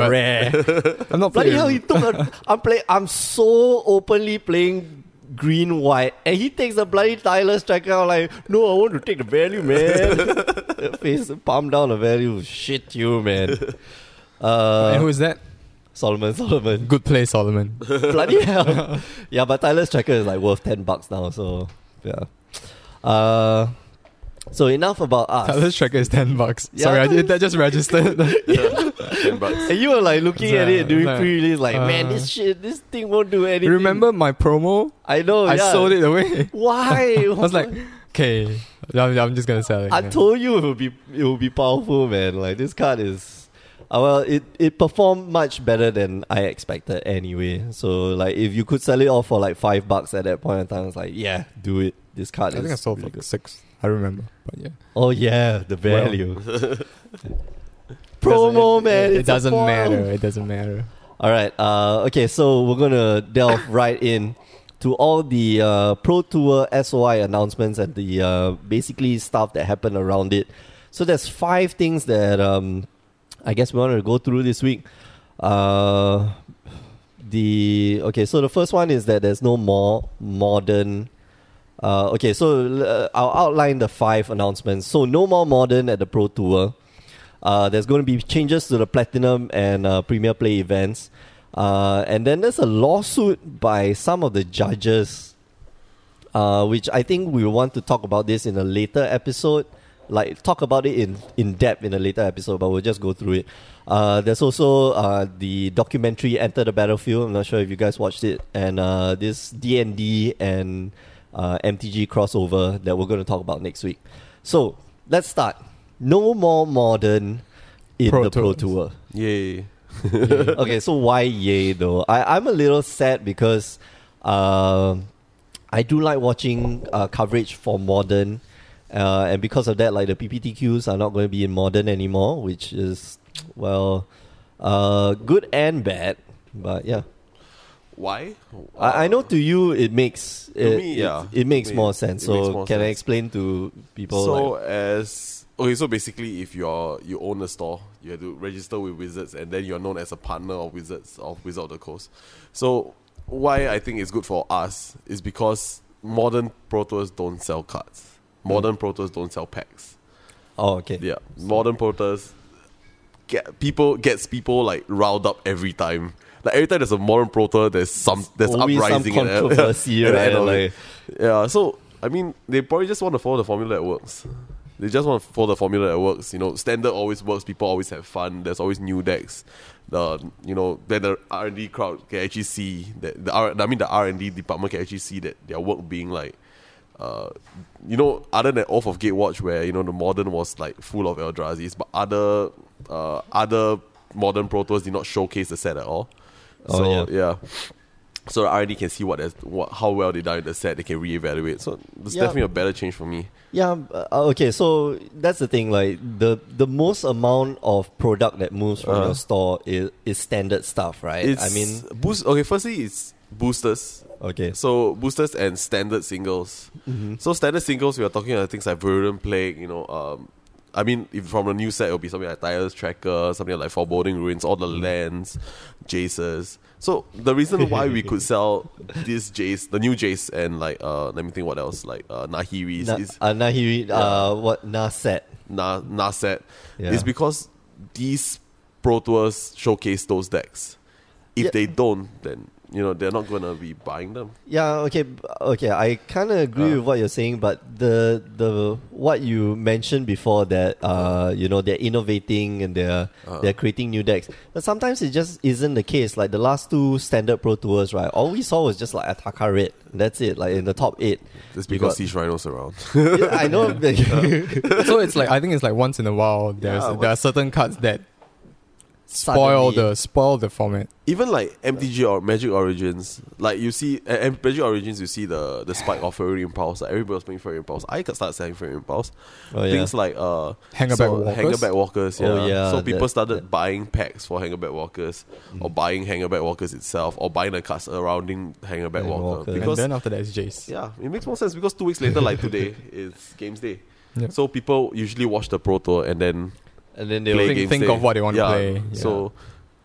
Speaker 2: but-
Speaker 1: rare.
Speaker 2: I'm not
Speaker 1: Bloody
Speaker 2: playing.
Speaker 1: hell he took a I'm play I'm so openly playing green white and he takes the bloody Tyler striker out like no I want to take the value man face palm down the value shit you man
Speaker 2: and who
Speaker 1: uh,
Speaker 2: is that?
Speaker 1: Solomon Solomon
Speaker 2: Good play, Solomon.
Speaker 1: bloody hell yeah but Tyler striker is like worth 10 bucks now so yeah uh, so enough about us
Speaker 2: Tyler Striker is ten bucks.
Speaker 1: Yeah.
Speaker 2: Sorry, I did that just registered.
Speaker 3: Ten bucks.
Speaker 1: and you were like looking at it during
Speaker 2: Like,
Speaker 1: pre-release like
Speaker 2: uh,
Speaker 1: man this shit this thing won't do anything
Speaker 2: Remember my promo?
Speaker 1: I know Oh,
Speaker 2: I
Speaker 1: yeah.
Speaker 2: sold it away.
Speaker 1: why
Speaker 2: I was like, okay, I'm, I'm just gonna sell it.
Speaker 1: I
Speaker 2: yeah.
Speaker 1: told you it would be it would be powerful, man. Like this card is, uh, well, it it performed much better than I expected anyway. So like, if you could sell it off for like five bucks at that point in time, I was like, yeah, do it. This
Speaker 2: I
Speaker 1: card is.
Speaker 2: think I sold for
Speaker 1: really
Speaker 2: like
Speaker 1: good.
Speaker 2: six. I remember, but yeah.
Speaker 1: Oh yeah, the
Speaker 2: Well.
Speaker 1: value. Promo
Speaker 2: Doesn't- it-
Speaker 1: man.
Speaker 2: It,
Speaker 1: it's a
Speaker 2: doesn't
Speaker 1: bomb.
Speaker 2: matter. It doesn't matter.
Speaker 1: All right. Uh, okay, so we're gonna delve right in to all the uh, Pro Tour SOI announcements and the uh, basically stuff that happened around it. So there's five things that um, I guess we wanted to go through this week. Uh, the okay, so the first one is that there's no more modern. Uh, okay, so uh, I'll outline the five announcements. So no more modern at the Pro Tour. Uh, there's going to be changes to the platinum and uh, premier play events. Uh, and then there's a lawsuit by some of the judges, uh, which I think we want to talk about this in a later episode. Like, talk about it in, in depth in a later episode, but we'll just go through it. Uh, there's also uh, the documentary Enter the Battlefield. I'm not sure if you guys watched it. And uh, this D&D and uh, MTG crossover that we're going to talk about next week. So, let's start. No more modern in
Speaker 2: Pro
Speaker 1: the Pro
Speaker 2: Tours.
Speaker 1: Tour
Speaker 3: Yay.
Speaker 1: okay, so why yay though? I, I'm a little sad because um I do like watching uh, coverage for modern, uh, and because of that, like the PPTQs are not going to be in modern anymore, which is well, uh, good and bad. But yeah,
Speaker 3: Why?
Speaker 1: I, I know to you it makes
Speaker 3: To
Speaker 1: it,
Speaker 3: me,
Speaker 1: it-
Speaker 3: yeah.
Speaker 1: it, makes
Speaker 3: Me,
Speaker 1: more sense.
Speaker 3: it
Speaker 1: so
Speaker 3: makes more
Speaker 1: can I
Speaker 3: sense.
Speaker 1: explain to people?
Speaker 3: So
Speaker 1: like,
Speaker 3: as okay, so basically, if you're you own a store, you have to register with Wizards, and then you're known as a partner of Wizards of Wizard of the Coast. So why I think it's good for us is because modern Pro Tours don't sell cards. Modern Pro Tours don't sell packs.
Speaker 1: oh okay,
Speaker 3: Yeah, modern Pro Tours get people gets people like riled up every time. Like every time there's a modern Pro Tour, there's some there's
Speaker 1: Always some
Speaker 3: uprising at the-
Speaker 1: controversy,
Speaker 3: at the
Speaker 1: right?
Speaker 3: end of it.
Speaker 1: Like-
Speaker 3: Yeah, so I mean, they probably just want to follow the formula that works. They just want to follow the formula that works. You know, standard always works. People always have fun. There's always new decks. The you know then the R and D crowd can actually see that the R I mean the R and D department can actually see that their work being like, uh, you know, other than Off of Gatewatch where you know the modern was like full of Eldrazi's, but other uh, other modern Pro Tours did not showcase the set at all.
Speaker 1: Oh, yeah.
Speaker 3: so yeah. So the R&D can see what, has- what how well they done in the set. They can reevaluate. So it's
Speaker 1: Yeah.
Speaker 3: definitely a better change for me.
Speaker 1: Yeah. um, uh, Okay. So that's the thing. Like the the most amount of product that moves from
Speaker 3: Uh-huh.
Speaker 1: your store is is standard stuff, right?
Speaker 3: It's,
Speaker 1: I mean,
Speaker 3: boost. Okay, firstly, it's boosters.
Speaker 1: Okay.
Speaker 3: So boosters and standard singles.
Speaker 1: Mhm.
Speaker 3: So standard singles, we are talking about things like Virulent Plague, you know, um, I mean, if from a new set, it'll be something like Tyler's Tracker, something like Foreboding Ruins, all
Speaker 1: Mm-hmm.
Speaker 3: the lands, Jaces. So the reason why we could sell this Jace, the new Jace, and like, uh, let me think what else, like uh, Nahiris,
Speaker 1: Na,
Speaker 3: is
Speaker 1: uh, Nahiri, uh, what Naset?
Speaker 3: Na, Naset,
Speaker 1: Yeah.
Speaker 3: is because these Pro Tours showcase those decks. If
Speaker 1: Yeah.
Speaker 3: they don't, then, you know, they're not going to be buying them.
Speaker 1: Yeah, okay, b- okay. I kind of agree
Speaker 3: Uh.
Speaker 1: with what you're saying, but the the what you mentioned before that uh you know they're innovating and they're
Speaker 3: Uh.
Speaker 1: they're creating new decks, but sometimes it just isn't the case. Like the last two standard pro tours, right? All we saw was just like Ataka Red. That's it. Like in the top eight,
Speaker 3: That's
Speaker 1: You
Speaker 3: because
Speaker 1: got-
Speaker 3: Siege Rhino's around.
Speaker 1: Yeah, I know. but-
Speaker 2: so it's like I think it's like once in a while there's
Speaker 3: Yeah,
Speaker 2: there are
Speaker 3: once-
Speaker 2: certain cards that spoil
Speaker 1: Suddenly-
Speaker 2: the spoil the format.
Speaker 3: even like MTG or Magic Origins, like you see at at Magic Origins, you see the the spike of Fairy Impulse. Like everybody was playing Fairy Impulse. I could start selling Fairy Impulse.
Speaker 1: Oh, yeah.
Speaker 3: Things like uh,
Speaker 2: Hangerback walkers?
Speaker 3: hangerback walkers. Yeah.
Speaker 1: Oh, yeah,
Speaker 3: so people
Speaker 1: that-
Speaker 3: started
Speaker 1: that- Mm.
Speaker 3: buying packs for hangerback walkers, or buying hangerback walkers itself, or buying the cards surrounding hangerback
Speaker 1: Hangerback
Speaker 3: walker.
Speaker 1: Walker.
Speaker 3: Because
Speaker 2: and then after that is Jace.
Speaker 3: yeah, it makes more sense because two weeks later, like today, it's games day.
Speaker 2: Yeah.
Speaker 3: So people usually watch the pro tour and then
Speaker 1: and then they
Speaker 2: Play
Speaker 1: were
Speaker 2: think-
Speaker 3: games
Speaker 2: think
Speaker 3: day.
Speaker 2: of what they want to
Speaker 3: Yeah,
Speaker 2: play.
Speaker 3: So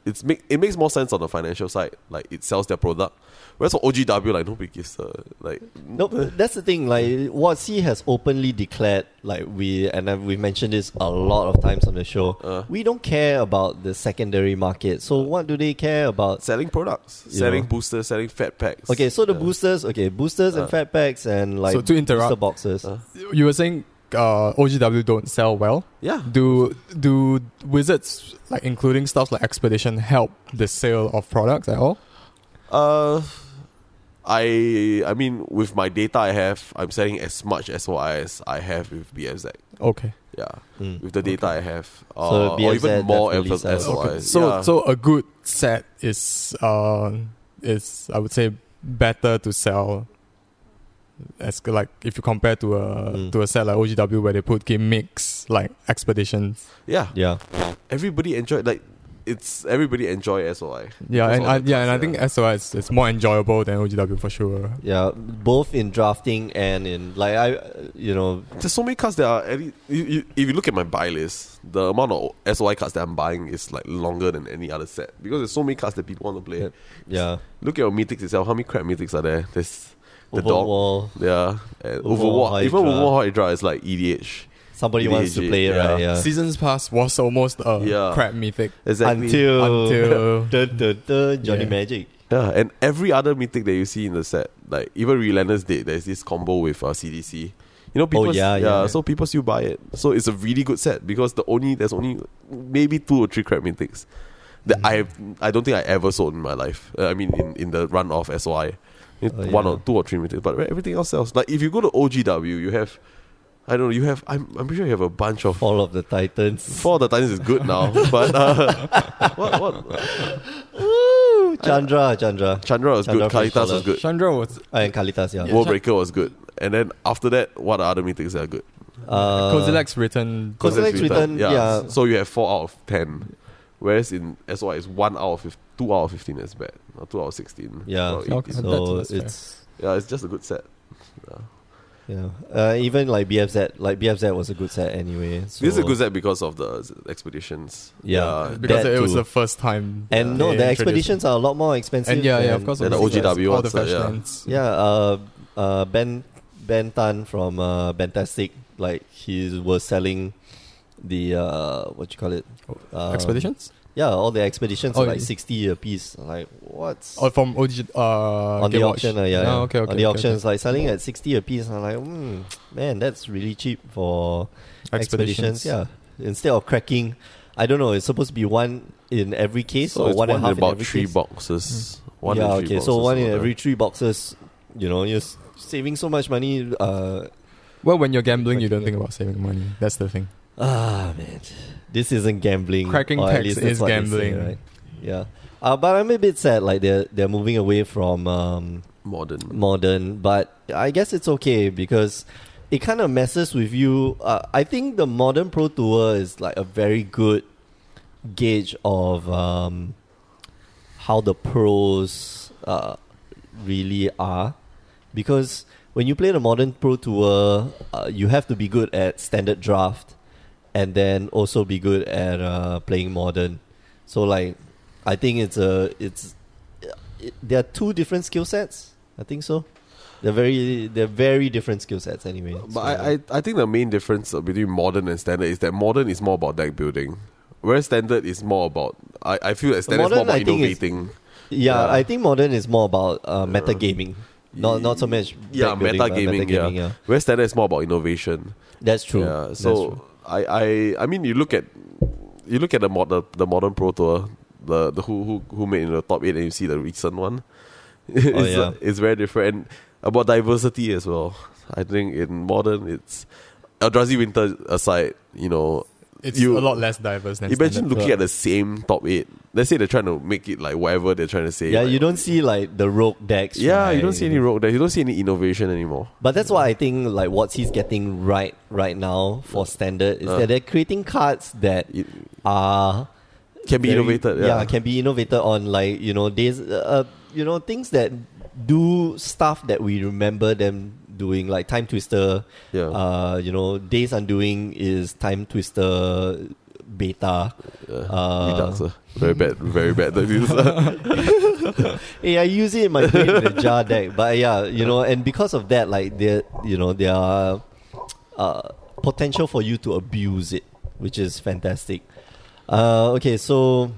Speaker 3: it's make it makes more sense on the financial side. Like it sells their product. Whereas for OGW, like nobody gives a like
Speaker 1: No, that's the thing. Like what he has openly declared, like we and I've, we mentioned this a lot of times on the show.
Speaker 3: Uh.
Speaker 1: we don't care about the secondary market. So what do they care about?
Speaker 3: selling products,
Speaker 1: You
Speaker 3: selling
Speaker 1: know.
Speaker 3: boosters, selling fat packs.
Speaker 1: Okay, so the
Speaker 3: Yeah.
Speaker 1: boosters, okay, boosters
Speaker 3: Uh.
Speaker 1: and fat packs and like
Speaker 2: So to
Speaker 1: booster
Speaker 2: interrupt-
Speaker 1: boxes.
Speaker 3: Uh.
Speaker 2: You were saying uh, OGW don't sell well.
Speaker 3: Yeah.
Speaker 2: Do do wizards like including stuff like expedition help the sale of products at all?
Speaker 3: Uh, I I mean, with my data I have, I'm selling as much as what I- as I have with BFZ.
Speaker 2: Okay.
Speaker 3: Yeah,
Speaker 1: Mm.
Speaker 3: with the data I have, uh,
Speaker 1: So
Speaker 3: or
Speaker 1: BFZ
Speaker 3: even more
Speaker 1: definitely
Speaker 3: emphasis
Speaker 1: sells.
Speaker 3: as
Speaker 1: Okay,
Speaker 3: what I-
Speaker 2: Okay. So
Speaker 3: yeah.
Speaker 2: so a good set is uh, is I would say better to sell as like if you compare to a
Speaker 1: Mm.
Speaker 2: to a set like OGW where they put game mix like expeditions.
Speaker 3: yeah,
Speaker 1: Yeah,
Speaker 3: everybody enjoy like it's everybody enjoy SOI.
Speaker 2: Yeah,
Speaker 3: Those
Speaker 2: and
Speaker 3: are
Speaker 2: I,
Speaker 3: the
Speaker 2: yeah, and I
Speaker 3: cards,
Speaker 2: think SOS is, is more enjoyable than OGW for sure.
Speaker 1: yeah, both in drafting and in like I, uh, you know,
Speaker 3: There's so many cards that are. Any, you, you, if you look at my buy list, the amount of SOI cards that I'm buying is like longer than any other set because there's so many cards that people want to play.
Speaker 1: Yep. yeah,
Speaker 3: Look at your mythics itself. How many crap mythics are there? There's the dog.
Speaker 1: overall,
Speaker 3: Yeah, and
Speaker 1: Overwatch
Speaker 3: Overwatch. Even
Speaker 1: Hydra.
Speaker 3: Overwatch Hydra is like E EDH.
Speaker 1: somebody wants to
Speaker 3: EDG,
Speaker 1: play it,
Speaker 3: yeah.
Speaker 1: right? Yeah.
Speaker 2: Seasons Pass was almost a
Speaker 3: Yeah.
Speaker 2: crap mythic
Speaker 3: Exactly.
Speaker 1: Until,
Speaker 2: Until-
Speaker 1: Dun, dun, dun, Johnny
Speaker 2: Yeah.
Speaker 1: Magic.
Speaker 3: yeah, and every other mythic that you see in the set, like even Relentless Date, there's this combo with uh, CDC. You know, people.
Speaker 1: Oh, yeah, yeah.
Speaker 3: So people still buy it. So it's a really good set because the only there's only maybe two or three crap mythics that
Speaker 1: Mm.
Speaker 3: I have, I don't think I ever sold in my life. Uh, I mean, in, in the run of SOI, It-
Speaker 1: Oh,
Speaker 3: one
Speaker 1: yeah.
Speaker 3: or two or three mythics, but everything else sells. Like if you go to OGW, you have, I don't know, you have. I'm I'm pretty sure you have a bunch of.
Speaker 1: Fall of the Titans.
Speaker 3: Four of the Titans is good now, but uh, what what
Speaker 1: Woo! Chandra, Chandra.
Speaker 3: Chandra was
Speaker 1: Chandra
Speaker 3: good,
Speaker 1: from
Speaker 3: Kalitas was
Speaker 1: Scholar.
Speaker 3: good.
Speaker 2: Chandra was
Speaker 1: Uh, and Kalitas, yeah.
Speaker 2: Yeah.
Speaker 3: World Breaker was good. And then after that, what are other meetings that are good?
Speaker 1: Uh,
Speaker 2: Kozilek's written
Speaker 1: Kozilek- Kozilek's
Speaker 3: Kozilek's
Speaker 1: return, yeah.
Speaker 3: So you have four out of ten. Whereas in SY it's one out of fif- two out of fifteen is bad. Or two out of sixteen.
Speaker 1: Yeah.
Speaker 3: two out of 18.
Speaker 2: Okay.
Speaker 1: So
Speaker 2: That's- that's
Speaker 1: it's
Speaker 3: Yeah, it's just a good set. Yeah.
Speaker 1: yeah. Uh, even like BFZ, like BFZ was a good set anyway. So,
Speaker 3: this is a good set because of the s- expeditions.
Speaker 1: Yeah.
Speaker 2: because
Speaker 1: That
Speaker 2: it was
Speaker 1: too.
Speaker 2: the first time.
Speaker 1: And no,
Speaker 2: they
Speaker 1: the
Speaker 2: introduced-
Speaker 1: expeditions are a lot more expensive.
Speaker 2: And yeah, yeah, of
Speaker 1: than-
Speaker 2: course.
Speaker 3: than the
Speaker 2: of course,
Speaker 3: OGW
Speaker 2: all the
Speaker 3: ones, uh,
Speaker 2: flash
Speaker 3: yeah.
Speaker 2: lands.
Speaker 1: Yeah. Uh, uh, ben Ben Tan from uh, Bentastic, like he was selling the uh, what you call it
Speaker 2: Oh,
Speaker 1: uh,
Speaker 2: expeditions.
Speaker 1: Yeah, all the expeditions
Speaker 2: Oh,
Speaker 1: are like
Speaker 2: yeah.
Speaker 1: sixty a piece. Like what's
Speaker 2: Or from OG, uh,
Speaker 1: on the
Speaker 2: Game
Speaker 1: auction, uh,
Speaker 2: Watch.
Speaker 1: yeah, yeah.
Speaker 2: Oh, okay, okay,
Speaker 1: on the
Speaker 2: okay,
Speaker 1: auctions,
Speaker 2: okay.
Speaker 1: like selling at sixty a piece. I'm like, mm, man, that's really cheap for expeditions. Yeah, instead of cracking, I don't know. It's supposed to be one in every case
Speaker 3: So
Speaker 1: or
Speaker 3: it's
Speaker 1: one
Speaker 3: one
Speaker 1: and a half
Speaker 3: in about
Speaker 1: in every
Speaker 3: three
Speaker 1: case.
Speaker 3: boxes.
Speaker 2: Mm.
Speaker 3: One
Speaker 1: yeah,
Speaker 3: in three
Speaker 1: okay.
Speaker 3: boxes
Speaker 1: so one in
Speaker 3: or
Speaker 1: every three boxes. You know, you're s- saving so much money. Uh,
Speaker 2: Well, when you're gambling, you don't think about saving money. That's the thing.
Speaker 1: ah, man, this isn't gambling.
Speaker 2: Cracking
Speaker 1: or at
Speaker 2: tax
Speaker 1: least that's
Speaker 2: is
Speaker 1: what they
Speaker 2: gambling.
Speaker 1: say, right? Yeah. Uh, but I'm a bit sad. Like they're they're moving away from um,
Speaker 3: modern.
Speaker 1: modern, but I guess it's okay because it kind of messes with you. Uh, I think the modern pro tour is like a very good gauge of um, how the pros uh, really are, because when you play the modern pro tour, uh, you have to be good at standard draft, and then also be good at uh, playing modern. So like, I think it's a it's it, there are two different skill sets. I think so. They're very they're very different skill sets anyway.
Speaker 3: But I, I, I think the main difference uh, between modern and standard is that modern is more about deck building, whereas standard is more about I, I feel that standard is
Speaker 1: Modern,
Speaker 3: more about
Speaker 1: I think, is-
Speaker 3: innovating.
Speaker 1: yeah,
Speaker 3: yeah.
Speaker 1: I think modern is more about uh, meta gaming, not
Speaker 3: Ye-
Speaker 1: not so much
Speaker 3: yeah,
Speaker 1: deck building, but
Speaker 3: metagaming,
Speaker 1: metagaming,
Speaker 3: yeah. Whereas standard is more about innovation.
Speaker 1: That's true.
Speaker 3: Yeah.
Speaker 1: That's
Speaker 3: So
Speaker 1: true.
Speaker 3: I, I I mean you look at you look at the mod, the, the modern pro tour the, the who who who made in the top eight and you see the recent one. it's,
Speaker 1: Oh, yeah.
Speaker 3: it's very different and about diversity as well. I think in modern it's Eldrazi Winter aside, you know,
Speaker 2: It's
Speaker 3: You-
Speaker 2: a lot less diverse than
Speaker 3: imagine
Speaker 2: standard.
Speaker 3: looking at the same top eight. Let's say they're trying to make it like whatever they're trying to say.
Speaker 1: yeah,
Speaker 3: like-
Speaker 1: you don't see like the rogue decks.
Speaker 3: Yeah, you don't
Speaker 1: right?
Speaker 3: see any road there. You don't see any innovation anymore.
Speaker 1: But that's what I think like what he's getting right right now for standard is
Speaker 3: Uh.
Speaker 1: that they're creating cards that
Speaker 3: It
Speaker 1: are
Speaker 3: can be
Speaker 1: very-
Speaker 3: innovated. Yeah.
Speaker 1: can be innovated on like you know days, uh, you know things that do stuff that we remember them doing, like time twister.
Speaker 3: Yeah.
Speaker 1: Uh, you know, days undoing is time twister beta.
Speaker 3: Yeah.
Speaker 1: Uh,
Speaker 3: Redux, uh, very bad, very bad. That is, uh,
Speaker 1: Hey, I use it in my brain in the jar deck, but yeah, you know, and because of that, like there, you know, there are uh, potential for you to abuse it, which is fantastic. Uh, okay, so,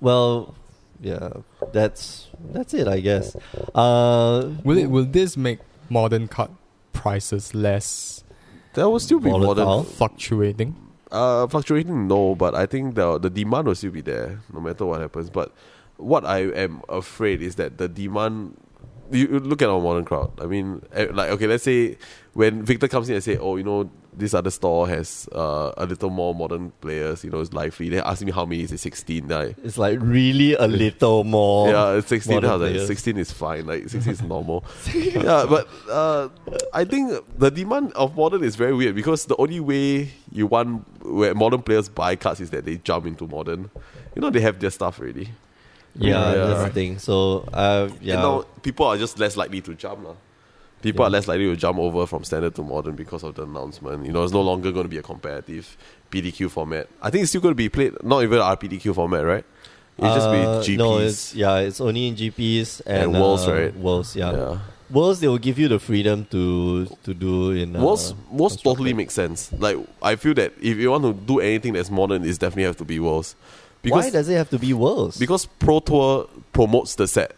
Speaker 1: well, yeah, that's that's it, I guess. Uh,
Speaker 2: will it will this make modern card prices less
Speaker 3: that will still be
Speaker 1: Volatile.
Speaker 3: modern.
Speaker 2: fluctuating?
Speaker 3: Uh, fluctuating, no, but I think the the demand will still be there no matter what happens. But what I am afraid is that the demand. You you look at our modern crowd. I mean, eh, like okay, let's say when Victor comes in and say, "Oh, you know, this other store has uh, a little more modern players. You know, it's lively." They ask me how many is it? Sixteen. Like,
Speaker 1: it's like really a little more.
Speaker 3: yeah, it's sixteen.
Speaker 1: modern
Speaker 3: I was like,
Speaker 1: players.
Speaker 3: sixteen is fine. Like sixteen is normal. yeah, but uh, I think the demand of modern is very weird because the only way you want where modern players buy cards is that they jump into modern. You know, they have their stuff already.
Speaker 1: yeah,
Speaker 3: Yeah.
Speaker 1: that's the thing. So, uh, yeah,
Speaker 3: And now people are just less likely to jump now. People are less likely to jump over from standard to modern because of the announcement. You know, it's no longer going to be a competitive PDQ format. I think it's still going to be played, not even RPDQ format, right? It's
Speaker 1: Uh,
Speaker 3: just be GPs.
Speaker 1: No, it's yeah, it's only in GPs and,
Speaker 3: And Worlds,
Speaker 1: uh,
Speaker 3: right?
Speaker 1: Worlds, yeah.
Speaker 3: yeah.
Speaker 1: Worlds, they will give you the freedom to to do in uh,
Speaker 3: Worlds, Worlds
Speaker 1: constructed.
Speaker 3: totally makes sense. Like I feel that if you want to do anything that's modern, it's definitely have to be Worlds,
Speaker 1: Why
Speaker 3: because
Speaker 1: does it have to be Worlds?
Speaker 3: because Pro Tour promotes the set.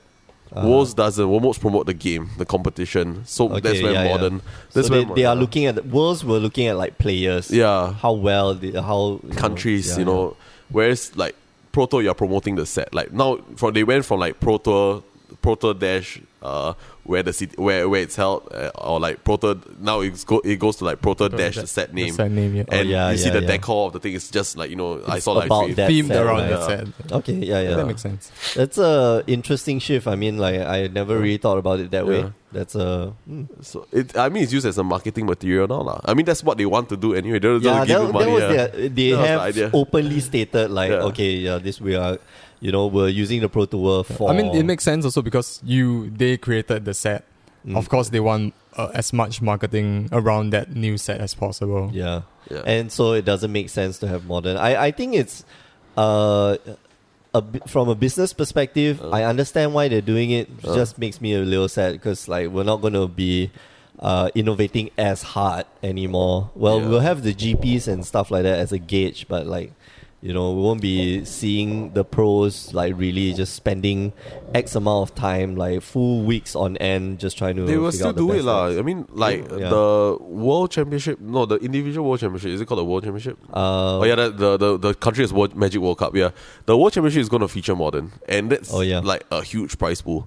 Speaker 1: Uh,
Speaker 3: Worlds doesn't. Worlds promote the game, the competition. So that's
Speaker 1: Okay,
Speaker 3: where
Speaker 1: yeah, yeah.
Speaker 3: modern.
Speaker 1: so
Speaker 3: That's where
Speaker 1: they, they are
Speaker 3: modern-
Speaker 1: looking at the, Worlds. We're looking at like players,
Speaker 3: Yeah,
Speaker 1: how well, they, how you
Speaker 3: countries.
Speaker 1: yeah,
Speaker 3: you know, whereas like Pro Tour, you're promoting the set. Like now, from they went from like Pro Tour, Pro Tour Dash, uh, where the city, where where it's held, uh, or like Pro Tour. Now it's go it goes to like Pro Tour Dash, the set name.
Speaker 2: Set name, yeah.
Speaker 1: Oh,
Speaker 3: and
Speaker 1: yeah,
Speaker 3: you see
Speaker 1: yeah,
Speaker 3: the
Speaker 1: yeah.
Speaker 3: decor of the thing. It's just like you know, I
Speaker 1: It's
Speaker 3: saw like
Speaker 1: about
Speaker 3: three-
Speaker 1: that
Speaker 2: Themed
Speaker 1: set,
Speaker 2: around
Speaker 1: right?
Speaker 2: the set.
Speaker 1: yeah. Okay, yeah, yeah.
Speaker 2: That makes sense.
Speaker 1: That's a interesting shift. I mean, like I never really thought about it that way.
Speaker 3: Yeah.
Speaker 1: That's a mm.
Speaker 3: So it, I mean, it's used as a marketing material now, lah. I mean, that's what they want to do anyway. They don't,
Speaker 1: yeah,
Speaker 3: don't give
Speaker 1: that,
Speaker 3: you
Speaker 1: that
Speaker 3: money.
Speaker 1: was
Speaker 3: yeah.
Speaker 1: their, they
Speaker 3: That was the
Speaker 1: have
Speaker 3: idea.
Speaker 1: openly stated like,
Speaker 3: Yeah.
Speaker 1: okay, yeah, this we are, you know, we're using the Pro Tour for.
Speaker 2: I mean, it makes sense also because you they created the set.
Speaker 1: Mm.
Speaker 2: Of course, they want uh, as much marketing around that new set as possible.
Speaker 1: yeah,
Speaker 3: Yeah.
Speaker 1: and so it doesn't make sense to have modern. I I think it's, uh, a bi- from a business perspective, I understand why they're doing it. It
Speaker 3: Uh.
Speaker 1: Just makes me a little sad because like we're not going to be. Uh, innovating as hard anymore. Well,
Speaker 3: Yeah.
Speaker 1: we'll have the GPs and stuff like that as a gauge, but like, you know, we won't be seeing the pros like really just spending X amount of time, like full weeks on end, just trying to.
Speaker 3: they will
Speaker 1: figure
Speaker 3: still
Speaker 1: out the
Speaker 3: do
Speaker 1: best
Speaker 3: it, lah.
Speaker 1: decks.
Speaker 3: I mean, like
Speaker 1: Yeah.
Speaker 3: the World Championship, no, the individual World Championship. Is it called the World Championship?
Speaker 1: Uh,
Speaker 3: oh yeah, the the, the, the country is World, Magic World Cup. Yeah, the World Championship is going to feature modern, and that's
Speaker 1: Oh, yeah.
Speaker 3: like a huge prize pool.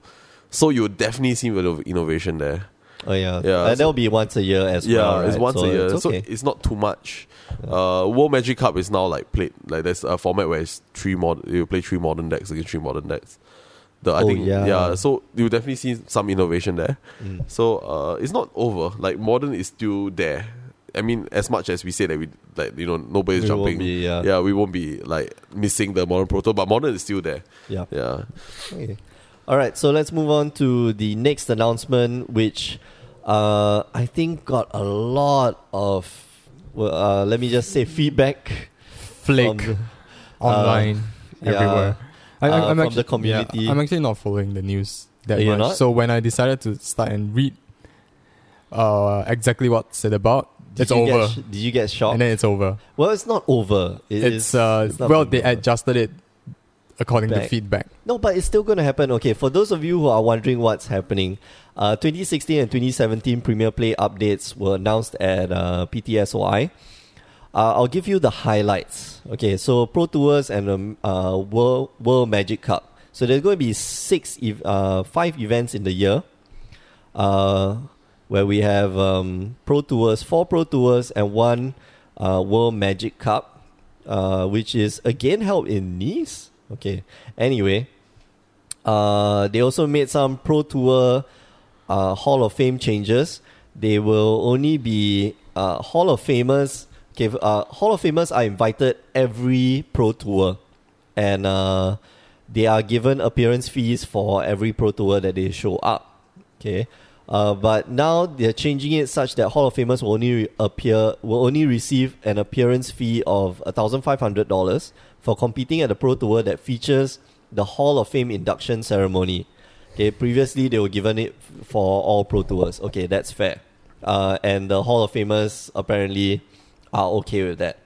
Speaker 3: So you will definitely see a bit of innovation there.
Speaker 1: Oh yeah,
Speaker 3: Yeah,
Speaker 1: Uh,
Speaker 3: so-
Speaker 1: that'll be once a year as
Speaker 3: yeah,
Speaker 1: well.
Speaker 3: it's
Speaker 1: right?
Speaker 3: once
Speaker 1: So
Speaker 3: a year,
Speaker 1: It's
Speaker 3: so
Speaker 1: okay.
Speaker 3: it's not too much. Uh, World Magic Cup is now like played like there's a format where it's three mod you play three modern decks against three modern decks. The I
Speaker 1: Oh,
Speaker 3: think
Speaker 1: yeah.
Speaker 3: yeah. so you definitely see some innovation there.
Speaker 1: Mm.
Speaker 3: So uh, it's not over. Like modern is still there. I mean, as much as we say that we like you know nobody's
Speaker 1: We won't
Speaker 3: jumping,
Speaker 1: be, yeah.
Speaker 3: yeah, we won't be like missing the modern proto, but modern is still there.
Speaker 1: yeah.
Speaker 3: Yeah,
Speaker 1: Okay. All right, so let's move on to the next announcement, which uh, I think got a lot of, well, uh, let me just say, feedback.
Speaker 2: Flake
Speaker 1: from the-
Speaker 2: online
Speaker 1: Uh, yeah.
Speaker 2: everywhere. I,
Speaker 1: Uh, from
Speaker 2: actu-
Speaker 1: the community.
Speaker 2: yeah, I'm actually not following the news that
Speaker 1: You're
Speaker 2: much.
Speaker 1: not?
Speaker 2: So when I decided to start and read uh, exactly what's it about,
Speaker 1: Did
Speaker 2: it's
Speaker 1: you get
Speaker 2: over,
Speaker 1: sh- did you get shocked?
Speaker 2: and then it's over.
Speaker 1: well, it's not over. It
Speaker 2: it's
Speaker 1: is-
Speaker 2: uh,
Speaker 1: it's not
Speaker 2: well,
Speaker 1: being
Speaker 2: they
Speaker 1: over.
Speaker 2: adjusted it according to
Speaker 1: Back.
Speaker 2: feedback.
Speaker 1: No, but it's still going to happen. Okay, for those of you who are wondering what's happening, uh, 2016 and 2017 Premier Play updates were announced at uh, PTSOI. Uh, I'll give you the highlights. Okay, so Pro Tours and um, uh, World World Magic Cup. So there's going to be six, ev- uh, five events in the year, uh, where we have um, Pro Tours, four Pro Tours, and one uh, World Magic Cup, uh, which is again held in Nice. Okay. Anyway, uh, they also made some Pro Tour uh, Hall of Fame changes. They will only be uh, Hall of Famers. Okay, uh, Hall of Famers are invited every Pro Tour, and uh, they are given appearance fees for every Pro Tour that they show up. Okay, uh, but now they're changing it such that Hall of Famers will only re- appear will only receive an appearance fee of thousand five hundred dollars for competing at a Pro Tour that features the Hall of Fame induction ceremony. Okay, previously they were given it f- for all Pro Tours. Okay, that's fair. Uh, and the Hall of Famers apparently are okay with that.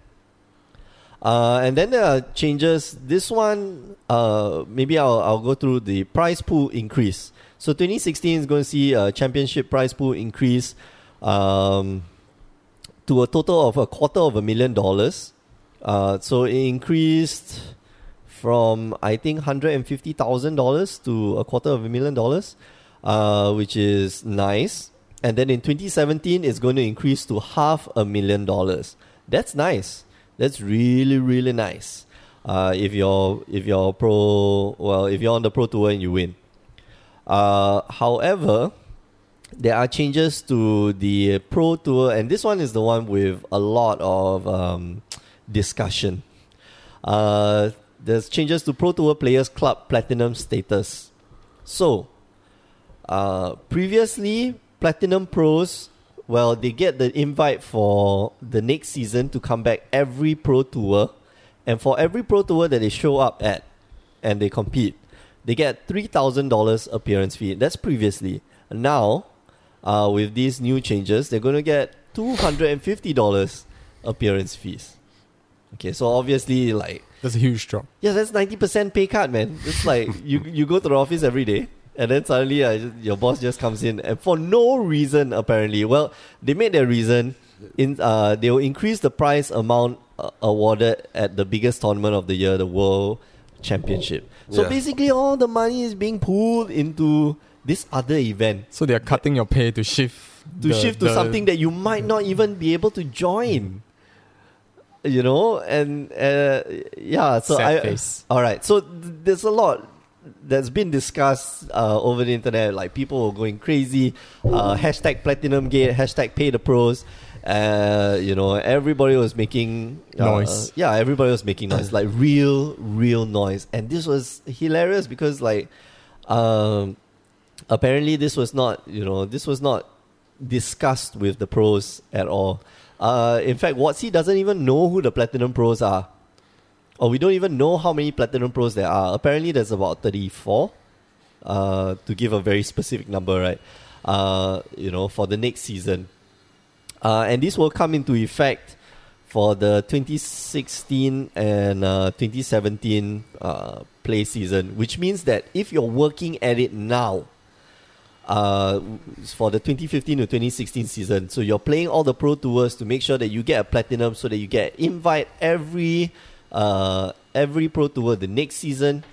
Speaker 1: Uh, and then there are changes. This one, uh, maybe I'll, I'll go through the prize pool increase. So 2016 is going to see a championship prize pool increase um, to a total of a quarter of a million dollars. Uh, so it increased from I think hundred and fifty thousand dollars to a quarter of a million dollars, uh, which is nice. And then in 2017, it's going to increase to half a million dollars. That's nice. That's really really nice. Uh, if you're if you're pro well if you're on the pro tour and you win. Uh, however, there are changes to the pro tour, and this one is the one with a lot of um, discussion. Uh, there's changes to Pro Tour Players Club Platinum status. So, uh, previously, Platinum Pros, well, they get the invite for the next season to come back every Pro Tour. And for every Pro Tour that they show up at and they compete, they get $3,000 appearance fee. That's previously. Now, uh, with these new changes, they're going to get $250 appearance fees. Okay, so obviously, like,
Speaker 2: That's a huge drop.
Speaker 1: yeah, that's ninety percent pay cut, man. It's like you you go to the office every day, and then suddenly uh, just- your boss just comes in and for no reason apparently. Well, they made their reason. In uh, they will increase the prize amount uh, awarded at the biggest tournament of the year, the World Championship. So
Speaker 3: Yeah.
Speaker 1: basically, all the money is being pulled into this other event
Speaker 2: So they are cutting your pay to shift
Speaker 1: to
Speaker 2: the-
Speaker 1: shift to
Speaker 2: the- Mm-hmm.
Speaker 1: something that you might not even be able to join. You know, and uh, yeah, so
Speaker 2: Sad
Speaker 1: I
Speaker 2: face.
Speaker 1: all right. So th- there's a lot that's been discussed uh, over the internet. Like people were going crazy. Uh, hashtag platinum gate. Hashtag pay the pros. Uh, you know, everybody was making uh,
Speaker 2: Noise.
Speaker 1: Yeah, everybody was making noise, like real, real noise. And this was hilarious because, like, um, apparently this was not you know this was not discussed with the pros at all uh, in fact Watsy doesn't even know who the platinum pros are or Oh, we don't even know how many platinum pros there are apparently there's about 34 uh, to give a very specific number right uh, you know for the next season uh, and this will come into effect for the 2016 and uh, 2017 uh, play season, which means that if you're working at it now, uh, for the 2015 to 2016 season, so you're playing all the pro tours to make sure that you get a platinum, so that you get invite every uh, every pro tour the next season.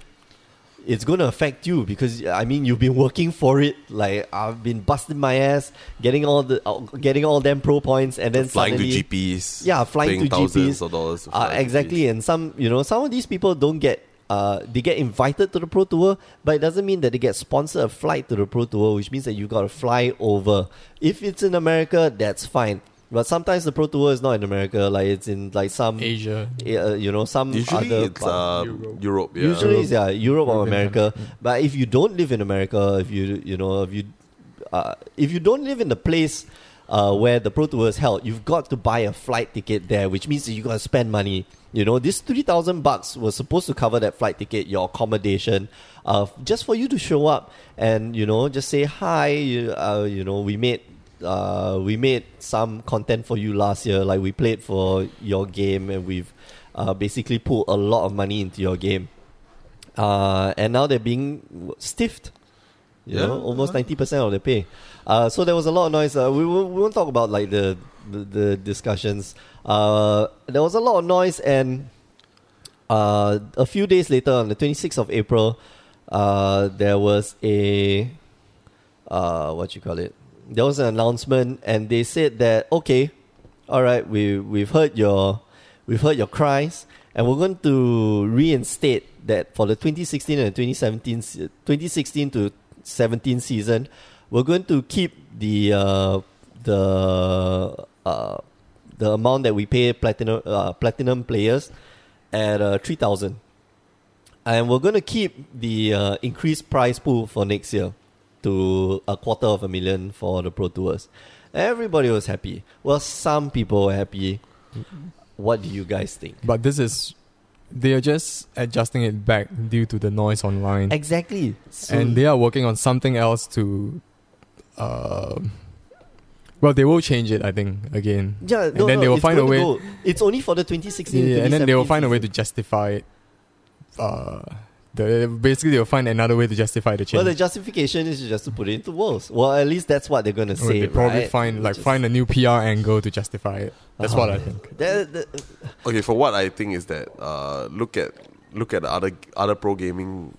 Speaker 1: It's going to affect you because I mean you've been working for it. Like I've been busting my ass, getting all the uh, getting all them pro points, and then
Speaker 3: flying
Speaker 1: suddenly,
Speaker 3: to GPs.
Speaker 1: Yeah, flying
Speaker 3: paying
Speaker 1: to
Speaker 3: thousands
Speaker 1: GPs.
Speaker 3: of dollars. to
Speaker 1: uh,
Speaker 3: fly to
Speaker 1: exactly,
Speaker 3: GPs.
Speaker 1: and some you know some of these people don't get uh they get invited to the pro tour, but it doesn't mean that they get sponsored a flight to the pro tour, which means that you got to fly over. If it's in America, that's fine. But sometimes the Pro Tour is not in America. Like it's in like some,
Speaker 2: Asia.
Speaker 1: uh, you know, some
Speaker 3: Usually
Speaker 1: other.
Speaker 3: it's
Speaker 1: part-
Speaker 3: uh, Europe.
Speaker 2: Europe.
Speaker 3: yeah.
Speaker 1: Usually it's yeah, Europe or
Speaker 2: European
Speaker 1: America. But if you don't live in America, if you you know if you uh, if you don't live in the place uh, where the Pro Tour is held, you've got to buy a flight ticket there, which means that you gotta spend money. You know, this three thousand bucks was supposed to cover that flight ticket, your accommodation, uh, just for you to show up and you know just say hi. You, uh, you know, we made. Uh, we made some content for you last year. Like we played for your game, and we've uh, basically pulled a lot of money into your game uh, and now they're being w- stiffed. You
Speaker 3: Yeah.
Speaker 1: know, almost ninety percent of their pay. Uh, so there was a lot of noise. Uh, we won't, we won't talk about like the the, the discussions. Uh, there was a lot of noise, and uh, a few days later, on the twenty sixth of April, uh, there was a uh, what you call it? There was an announcement, and they said that okay, all right, we we've heard your we've heard your cries, and we're going to reinstate that for the 2016 and 2017, se- 2016 to 17 season, we're going to keep the uh, the uh, the amount that we pay platinum uh, platinum players at uh, three thousand, and we're going to keep the uh, increased prize pool for next year to a quarter of a million for the pro tours. Everybody was happy. Well, some people were happy. What do you guys think?
Speaker 2: But this is they are just adjusting it back due to the noise online,
Speaker 1: Exactly. So-
Speaker 2: and they are working on something else to. Uh, well, they will change it, I think, again.
Speaker 1: yeah,
Speaker 2: and
Speaker 1: no,
Speaker 2: then
Speaker 1: no,
Speaker 2: they will
Speaker 1: it's
Speaker 2: find a
Speaker 1: going to
Speaker 2: way-
Speaker 1: go- It's only for the 2016.
Speaker 2: Yeah, and then they will
Speaker 1: 2017
Speaker 2: find a way to
Speaker 1: season.
Speaker 2: justify it. Uh, the, basically, they will find another way to justify the change.
Speaker 1: Well, the justification is just to put it into words. Well, at least that's what they're going to
Speaker 2: Or
Speaker 1: say.
Speaker 2: they probably
Speaker 1: right?
Speaker 2: find like
Speaker 1: Just-
Speaker 2: find a new PR angle to justify it. That's
Speaker 1: Uh-huh.
Speaker 2: what I think.
Speaker 1: That- that-
Speaker 3: Okay, for what I think is that uh, look at look at the other other pro gaming,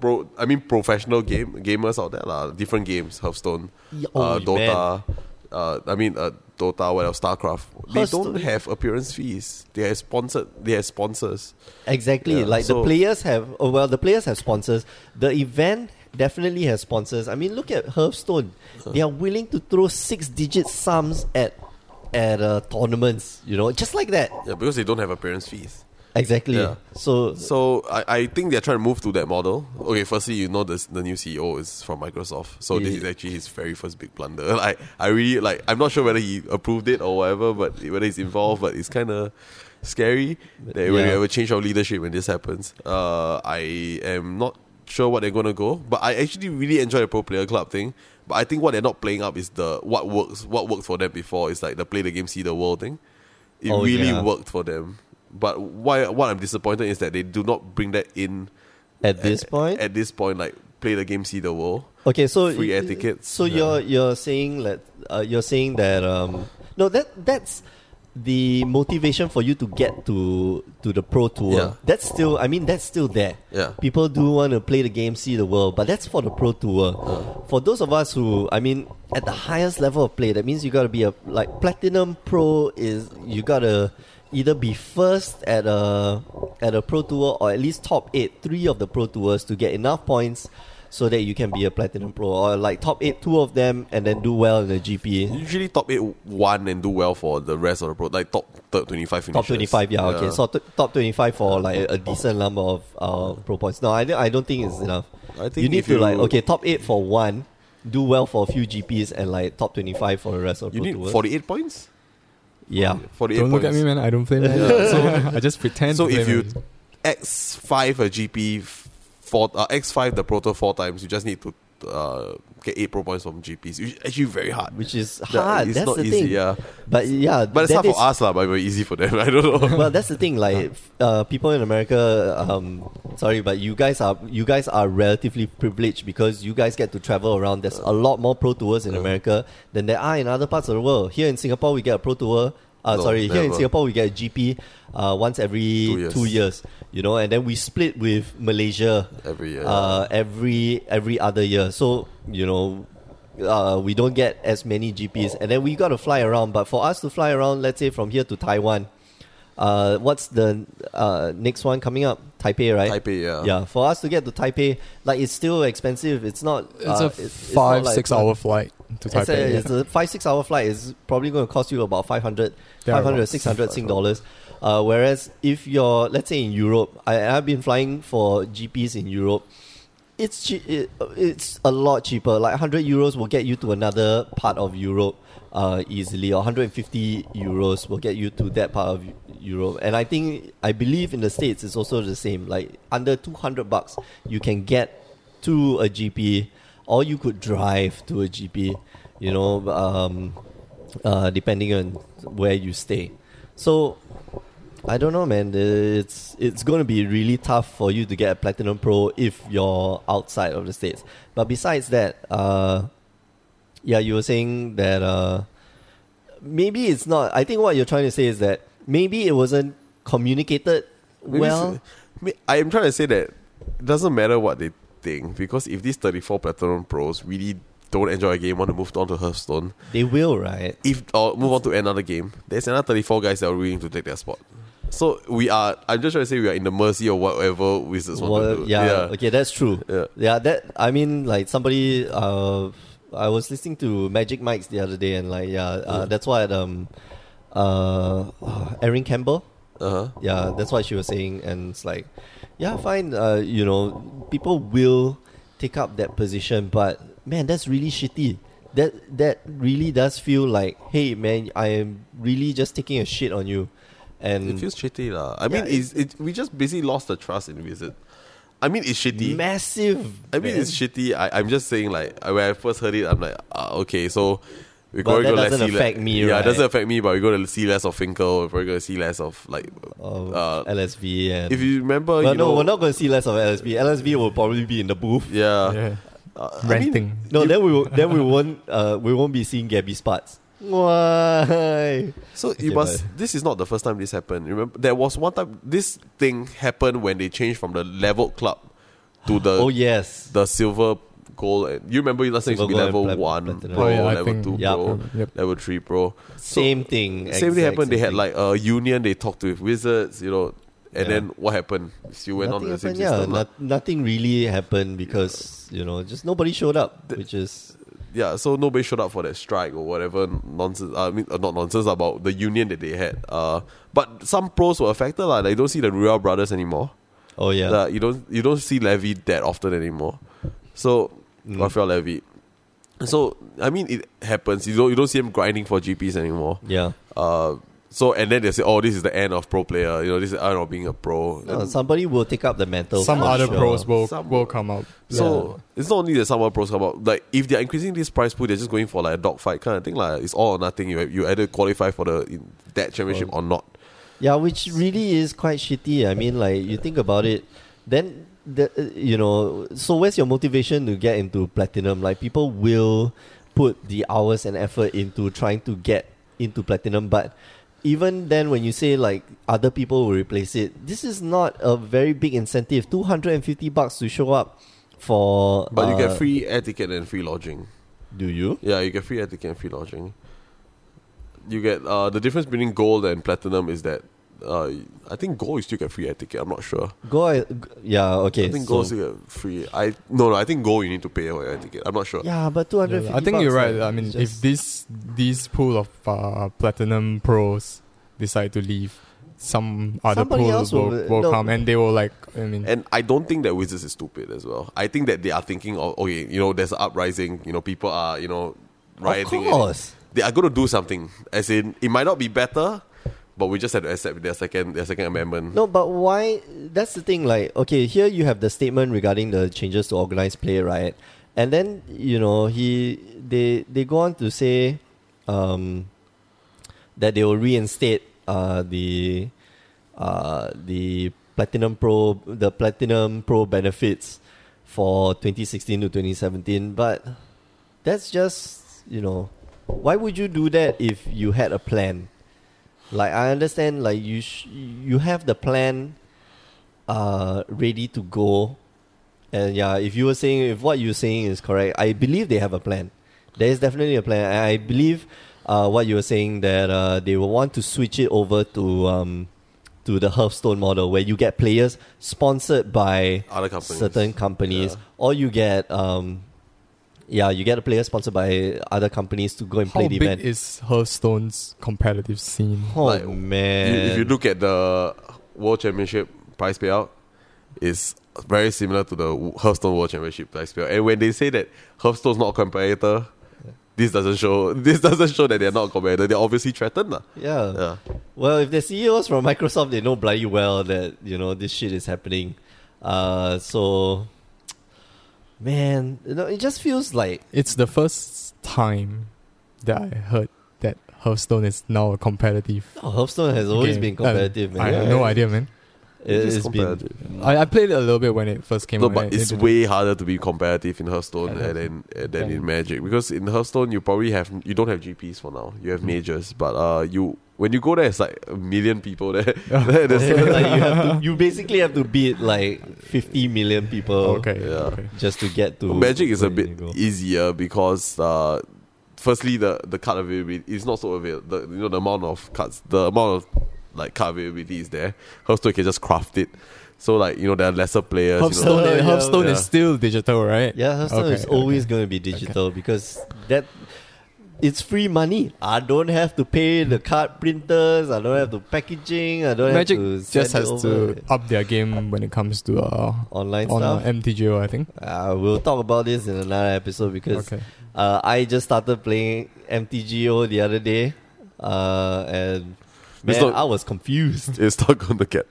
Speaker 3: pro I mean professional game gamers out there lah. Different games, Hearthstone,
Speaker 1: Yeah,
Speaker 3: uh,
Speaker 1: oh,
Speaker 3: Dota. Uh, I mean uh, Dota, what else? Starcraft. They
Speaker 1: Hearthstone-
Speaker 3: don't have appearance fees. They have sponsored. They have sponsors.
Speaker 1: Exactly.
Speaker 3: Yeah,
Speaker 1: like
Speaker 3: so-
Speaker 1: the players have oh, well, the players have sponsors. The event definitely has sponsors. I mean, look at Hearthstone. They are willing to throw six-digit sums at at uh, tournaments. You know, just like that.
Speaker 3: Yeah, because they don't have appearance fees.
Speaker 1: Exactly.
Speaker 3: Yeah.
Speaker 1: So
Speaker 3: So I, I think they're trying to move to that model. Okay, firstly, you know this, the new CEO is from Microsoft, so this
Speaker 1: Yeah.
Speaker 3: is actually his very first big blunder. Like I really like I'm not sure whether he approved it or whatever, but whether he's involved, but it's kind of scary that when we
Speaker 1: Yeah.
Speaker 3: have a change of leadership when this happens. Uh, I am not sure what they're gonna go, but I actually really enjoy the pro player club thing. But I think what they're not playing up is the what works, what worked for them before. It's like the play the game, see the world thing. It
Speaker 1: Oh,
Speaker 3: really
Speaker 1: yeah.
Speaker 3: worked for them. But why? What I'm disappointed is that they do not bring that in
Speaker 1: at this point,
Speaker 3: At this point, like play the game, see the world.
Speaker 1: okay. So
Speaker 3: free
Speaker 1: y-
Speaker 3: air tickets.
Speaker 1: So
Speaker 3: Yeah.
Speaker 1: you're you're saying that uh, you're saying that um no that that's the motivation for you to get to to the pro tour.
Speaker 3: Yeah.
Speaker 1: That's still I mean that's still there.
Speaker 3: Yeah.
Speaker 1: people do want to play the game, see the world, but that's for the pro tour. For those of us who, I mean, at the highest level of play, that means you gotta be a like platinum pro is you gotta either be first at a at a pro tour or at least top eight, three of the pro tours to get enough points so that you can be a platinum pro or like top eight, two of them, and then do well in the GP.
Speaker 3: Usually top eight one and do well for the rest of the pro, like top third twenty five
Speaker 1: Top twenty five, yeah, okay. So t- top twenty five for like a decent number of uh, pro points. No, I, don't- I don't think it's enough.
Speaker 3: Oh, I think
Speaker 1: you need
Speaker 3: if
Speaker 1: to like
Speaker 3: you-
Speaker 1: okay, top eight for one, do well for a few GPs, and like top twenty five for the rest of
Speaker 3: you
Speaker 1: pro
Speaker 3: need
Speaker 1: tours.
Speaker 3: forty eight points.
Speaker 1: yeah,
Speaker 3: Forty eight
Speaker 2: Don't
Speaker 3: points.
Speaker 2: look at me, man. I don't play magic. so I just pretend.
Speaker 3: So
Speaker 2: to play
Speaker 3: if you
Speaker 2: Magic.
Speaker 3: X five a GP four uh, X five the proto four times, you just need to uh, get eight pro points from GPs. It's actually very hard.
Speaker 1: which is
Speaker 3: That-
Speaker 1: hard.
Speaker 3: it's
Speaker 1: that's
Speaker 3: not
Speaker 1: the
Speaker 3: easy.
Speaker 1: thing.
Speaker 3: Yeah,
Speaker 1: But yeah,
Speaker 3: but it's
Speaker 1: that
Speaker 3: hard for
Speaker 1: is-
Speaker 3: us lah. But very easy for them. I don't know.
Speaker 1: well, that's the thing. Like, f- uh, people in America, um, sorry, but you guys are you guys are relatively privileged because you guys get to travel around. There's a lot more pro tours in America than there are in other parts of the world. Here in Singapore, we get a pro tour. Uh,
Speaker 3: No,
Speaker 1: sorry, here in
Speaker 3: never.
Speaker 1: Singapore, we get a GP uh, once every
Speaker 3: Two years.
Speaker 1: two years. You know, and then we split with Malaysia
Speaker 3: Every year.
Speaker 1: uh, every every other year. So you know, uh, we don't get as many GPS, and then we got to fly around. But for us to fly around, let's say from here to Taiwan, uh, what's the uh, next one coming up? Taipei, right?
Speaker 3: Taipei, yeah.
Speaker 1: Yeah, for us to get to Taipei, like it's still expensive. It's not.
Speaker 2: it's
Speaker 1: uh,
Speaker 2: a
Speaker 1: it's not
Speaker 2: five
Speaker 1: like-
Speaker 2: six hour flight to
Speaker 1: It's a,
Speaker 2: Taipei.
Speaker 1: it's a five six hour flight is probably going to cost you about 500,
Speaker 2: Yeah,
Speaker 1: 500
Speaker 2: about
Speaker 1: 600 Sing
Speaker 2: 600.
Speaker 1: dollars. Uh, whereas if you're let's say in Europe, I, I've been flying for GPS in Europe. It's che- it, it's a lot cheaper. Like 100 euros will get you to another part of Europe uh, easily, or 150 euros will get you to that part of Eu- Europe. And I think I believe in the states it's also the same. Like under 200 bucks, you can get to a GP, or you could drive to a GP. You know, um, uh, depending on where you stay. So I don't know, man. It's it's going to be really tough for you to get a platinum pro if you're outside of the states. But besides that, uh, yeah, you were saying that uh, maybe it's not. I think what you're trying to say is that maybe it wasn't communicated
Speaker 3: Maybe
Speaker 1: well.
Speaker 3: s- may- I am trying to say that it doesn't matter what they think because if these 34 Platinum Pros really don't enjoy a game, want to move on to Hearthstone,
Speaker 1: They will, right?
Speaker 3: if or move on to another game, there's another 34 guys that are willing to take their spot. So we are. I'm just trying to say we are in the mercy of whatever Wizards want
Speaker 1: Well,
Speaker 3: to do.
Speaker 1: yeah, okay, that's true.
Speaker 3: Yeah.
Speaker 1: yeah, that I mean, like somebody. Uh, I was listening to Magic Mike's the other day, and like, yeah, uh, that's why um, uh, Erin Campbell.
Speaker 3: Uh-huh.
Speaker 1: Yeah, that's what she was saying, and it's like, yeah, fine. Uh, you know, people will take up that position, but man, that's really shitty. That that really does feel like, hey, man, I am really just taking a shit on you, and
Speaker 3: It feels shitty, lah. I mean,
Speaker 1: Yeah,
Speaker 3: it's, it, we just basically lost the trust in Wizard. I mean, it's shitty.
Speaker 1: massive.
Speaker 3: I mean,
Speaker 1: man.
Speaker 3: it's shitty. I, I'm just saying, like, I- when I first heard it, I'm like, ah, okay, so we're
Speaker 1: But
Speaker 3: going
Speaker 1: that
Speaker 3: to like,
Speaker 1: doesn't
Speaker 3: see
Speaker 1: affect
Speaker 3: le-
Speaker 1: me,
Speaker 3: Yeah,
Speaker 1: right?
Speaker 3: it doesn't affect me, but we're going to see less of Finkel. We're going to see less of, like,
Speaker 1: of
Speaker 3: uh,
Speaker 1: LSV and
Speaker 3: if you remember,
Speaker 1: But
Speaker 3: you
Speaker 1: no,
Speaker 3: know,
Speaker 1: we're not going to see less of LSB. LSB will probably be in the booth.
Speaker 3: yeah,
Speaker 2: yeah.
Speaker 3: Uh, I mean,
Speaker 2: Renting.
Speaker 1: No, then we will, then we won't uh, we won't be seeing Gabby Spots. Why?
Speaker 3: So you
Speaker 1: Okay,
Speaker 3: must. This is not the first time this happened. Remember, there was one time this thing happened when they changed from the level club to the
Speaker 1: oh yes,
Speaker 3: the silver, gold. and- You remember last time it used to
Speaker 1: Silver,
Speaker 3: be
Speaker 1: gold, and
Speaker 3: level
Speaker 1: plat-
Speaker 3: one,
Speaker 1: platinum.
Speaker 3: pro,
Speaker 2: Oh, yeah, I
Speaker 3: level
Speaker 2: think-
Speaker 3: two,
Speaker 1: Yup.
Speaker 3: pro,
Speaker 2: Yep.
Speaker 3: level three, pro. So-
Speaker 1: same thing.
Speaker 3: same thing
Speaker 1: exact
Speaker 3: happened. They
Speaker 1: same
Speaker 3: had
Speaker 1: thing.
Speaker 3: like a union. They talked with wizards, you know. And
Speaker 1: Yeah.
Speaker 3: then what happened? You went
Speaker 1: nothing
Speaker 3: on to the same
Speaker 1: happened, yeah,
Speaker 3: system. lah.
Speaker 1: not- nothing really happened because you know just nobody showed up, which is
Speaker 3: yeah, so nobody showed up for that strike or whatever nonsense. I mean, uh, not nonsense about the union that they had. Uh, but some pros were affected. lah. Like you don't see the Royal Brothers anymore.
Speaker 1: oh yeah,
Speaker 3: Like, you don't you don't see Levy that often anymore. So
Speaker 1: Mm.
Speaker 3: Raphael Levy. So I mean, it happens. You don't you don't see him grinding for GPS anymore.
Speaker 1: yeah.
Speaker 3: Uh, so and then they say, oh, this is the end of pro player. You know, this is the end of being a pro.
Speaker 1: No, Uh, somebody will take up the mantle.
Speaker 2: Some
Speaker 1: for
Speaker 2: other
Speaker 1: sure.
Speaker 2: pros will
Speaker 3: Some-
Speaker 2: will come out.
Speaker 3: So it's not only that someone pros come out. Like if they're increasing this price pool, they're just going for like a dog fight kind of thing. Like it's all or nothing. You you either qualify for the in that championship or not.
Speaker 1: Yeah, which really is quite shitty. I mean, like you think about it, then the, uh, you know. So where's your motivation to get into platinum? Like people will put the hours and effort into trying to get into platinum, but even then, when you say like other people will replace it, this is not a very big incentive. Two hundred and fifty bucks to show up for,
Speaker 3: But you
Speaker 1: uh,
Speaker 3: get free air ticket and free lodging.
Speaker 1: Do you?
Speaker 3: Yeah, you get free air ticket and free lodging. You get uh, the difference between gold and platinum is that uh, I think gold you still get free air ticket. I'm not sure.
Speaker 1: Go. uh, g- Yeah. Okay.
Speaker 3: I think
Speaker 1: so-
Speaker 3: gold still get free. I no no. I think gold you need to pay for air ticket. I'm not sure.
Speaker 1: yeah, but two hundred.
Speaker 2: Yeah, I think you're right. I mean, if these these pool of uh, platinum pros decide to leave, some other
Speaker 1: Somebody
Speaker 2: pool
Speaker 1: else
Speaker 2: will,
Speaker 1: will-
Speaker 2: will,
Speaker 1: no.
Speaker 2: come and they will like. I mean,
Speaker 3: And I don't think that Wizards is stupid as well. I think that they are thinking of okay, you know, there's an uprising, you know, people are, you know, rioting.
Speaker 1: Of course.
Speaker 3: They are gonna do something. As in it might not be better, but we just have to accept their second their second amendment.
Speaker 1: No, but why? That's the thing. Like, okay, here you have the statement regarding the changes to organized play, right? And then you know he they they go on to say um, that they will reinstate uh, the uh, the platinum pro the platinum pro benefits for 2016 to 2017. But that's just you know why would you do that if you had a plan? Like I understand, like you sh- you have the plan, uh, ready to go, and yeah, if you were saying if what you're saying is correct, I believe they have a plan. There is definitely a plan. I I believe, uh, what you were saying that uh, they will want to switch it over to um, to the Hearthstone model where you get players sponsored by
Speaker 3: Other companies.
Speaker 1: certain companies,
Speaker 3: Yeah.
Speaker 1: or you get um, yeah, you get a player sponsored by other companies to go and
Speaker 2: How
Speaker 1: play the
Speaker 2: big
Speaker 1: event.
Speaker 2: is Hearthstone's competitive scene?
Speaker 1: oh
Speaker 3: Like,
Speaker 1: man!
Speaker 3: You- if you look at the World Championship prize payout, it's very similar to the W- Hearthstone World Championship prize payout. And when they say that Hearthstone's not a competitor, this doesn't show this doesn't show that they're not a competitor. They're obviously threatened. lah.
Speaker 1: yeah.
Speaker 3: Yeah.
Speaker 1: Well, if the CEOs from Microsoft, they know bloody well that you know this shit is happening. Uh, so man, you know, it just feels like
Speaker 2: It's the first time that I heard that Hearthstone is now a competitive.
Speaker 1: oh, Hearthstone has always
Speaker 2: game.
Speaker 1: been competitive,
Speaker 2: I
Speaker 1: man.
Speaker 2: have no idea, man.
Speaker 1: It,
Speaker 3: It is
Speaker 1: has been
Speaker 3: competitive.
Speaker 2: I, I played it a little bit when it first came
Speaker 3: No,
Speaker 2: out.
Speaker 3: but
Speaker 2: and it
Speaker 3: it's
Speaker 2: didn't-
Speaker 3: way harder to be competitive in Hearthstone
Speaker 2: I know.
Speaker 3: and then and then
Speaker 2: Yeah.
Speaker 3: in Magic because in Hearthstone you probably have you don't have GPS for now. You have majors, but uh, you when you go there, it's like a million people there. There's-
Speaker 1: like you have to, you basically have to beat like fifty million people
Speaker 2: okay.
Speaker 3: Yeah.
Speaker 2: okay.
Speaker 1: just to get to
Speaker 3: Magic is a
Speaker 1: where you
Speaker 3: bit
Speaker 1: go.
Speaker 3: easier because uh, firstly the the card availability is not so avail. The, you know the amount of cards, the amount of like card availability is there. Hearthstone can just craft it. So like you know there are lesser players. you know.
Speaker 2: Hearthstone,
Speaker 1: Yeah,
Speaker 2: Hearthstone
Speaker 3: yeah.
Speaker 2: is still digital, right?
Speaker 1: Yeah, Hearthstone
Speaker 2: Okay,
Speaker 1: is always
Speaker 2: okay.
Speaker 1: going to be digital because that it's free money. I don't have to pay the card printers. I don't have to packaging. I don't
Speaker 2: Magic
Speaker 1: have to
Speaker 2: just
Speaker 1: send it
Speaker 2: has
Speaker 1: over.
Speaker 2: to up their game when it comes to uh,
Speaker 1: online
Speaker 2: on uh,
Speaker 1: stuff.
Speaker 2: MTGO, I think.
Speaker 1: Uh, we'll talk about this in another episode because
Speaker 2: Okay.
Speaker 1: uh, I just started playing MTGO the other day, uh, and man,
Speaker 3: not-
Speaker 1: I was confused.
Speaker 3: it's not going to get.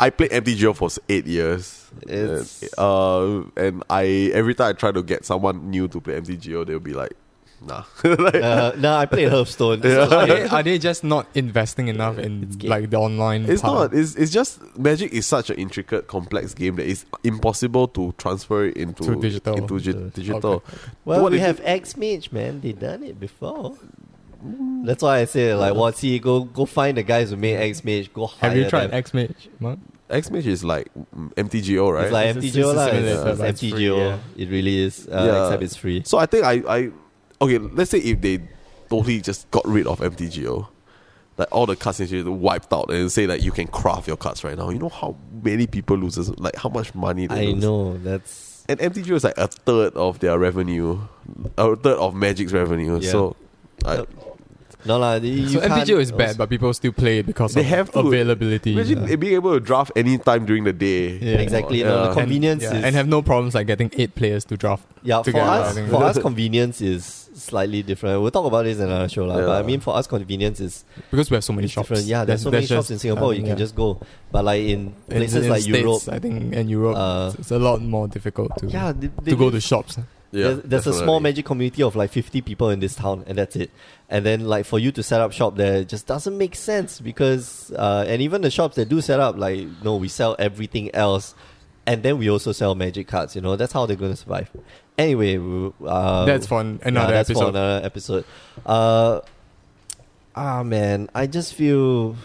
Speaker 3: I played MTGO for s- eight years.
Speaker 1: It's-
Speaker 3: And, uh, and I every time I try to get someone new to play MTGO, they'll be like, "Nah." Like,
Speaker 1: uh, no, I played Hearthstone.
Speaker 2: are, they, are they just not investing enough in
Speaker 1: It's game.
Speaker 2: like the online?
Speaker 3: it's
Speaker 2: part?
Speaker 3: not. It's it's just Magic is such an intricate, complex game that it's impossible to transfer it into
Speaker 2: To digital. Uh,
Speaker 3: Into gi-
Speaker 1: Okay.
Speaker 3: digital.
Speaker 1: Well,
Speaker 3: What
Speaker 1: we
Speaker 3: if
Speaker 1: have X Mage, man. They done it before.
Speaker 3: Mm.
Speaker 1: That's why I say like, well, see, go go find the guys who made X Mage. Go hire
Speaker 2: Have you tried
Speaker 1: them.
Speaker 2: X Mage? Mark?
Speaker 3: X Mage is like mm, MTGO, right?
Speaker 1: It's like
Speaker 2: It's a-
Speaker 1: MTGO,
Speaker 2: it's a
Speaker 1: lah. It's,
Speaker 2: simulator,
Speaker 1: it's
Speaker 2: but it's free,
Speaker 1: MTGO. It really is, uh,
Speaker 3: Yeah.
Speaker 1: except it's free.
Speaker 3: So I think I, I okay. Let's say if they totally just got rid of MTGO, like all the cards actually wiped out, and say like you can craft your cards right now. You know how many people loses, like how much money they
Speaker 1: I
Speaker 3: lose.
Speaker 1: know that's
Speaker 3: And MTGO is like a third of their revenue, a third of Magic's revenue.
Speaker 1: Yeah.
Speaker 3: So. I,
Speaker 1: Yep. no lah. You
Speaker 2: So
Speaker 1: can't-
Speaker 2: MTGO is bad, but people still play it because
Speaker 3: They
Speaker 2: of
Speaker 3: have to.
Speaker 2: availability.
Speaker 3: imagine
Speaker 2: Yeah.
Speaker 3: being able to draft any time during the day.
Speaker 2: Yeah.
Speaker 1: Exactly, no, the
Speaker 3: Yeah.
Speaker 1: com- Convenience
Speaker 2: and, yeah,
Speaker 1: is-
Speaker 2: and have no problems like getting eight players to draft.
Speaker 1: Yeah, for
Speaker 2: together, I
Speaker 1: us,
Speaker 2: think.
Speaker 1: for us, convenience is slightly different. We'll talk about this in another show, lah.
Speaker 3: Yeah.
Speaker 1: But I mean, for us, convenience is
Speaker 2: Because we have so many
Speaker 1: it's
Speaker 2: shops.
Speaker 1: different. Yeah, there's
Speaker 2: That's-
Speaker 1: so many
Speaker 2: that's
Speaker 1: shops
Speaker 2: just-
Speaker 1: in Singapore.
Speaker 2: um,
Speaker 1: you can
Speaker 2: yeah.
Speaker 1: just go, but like in
Speaker 2: In-
Speaker 1: places
Speaker 2: in
Speaker 1: like
Speaker 2: States,
Speaker 1: Europe,
Speaker 2: I think, and Europe,
Speaker 1: Uh,
Speaker 2: it's a lot more difficult to
Speaker 1: yeah, they, they
Speaker 2: to go to shops.
Speaker 3: Yeah,
Speaker 1: there's there's a small
Speaker 3: definitely.
Speaker 1: magic community of like 50 people in this town, and that's it. And then, like, for you to set up shop there just doesn't make sense because, uh, and even the shops that do set up, like, no, we sell everything else, and then we also sell magic cards, you know, that's how they're going to survive. Anyway, we- uh,
Speaker 2: That's for an- another
Speaker 1: yeah, that's
Speaker 2: episode.
Speaker 1: for another episode. Uh, ah, man, I just feel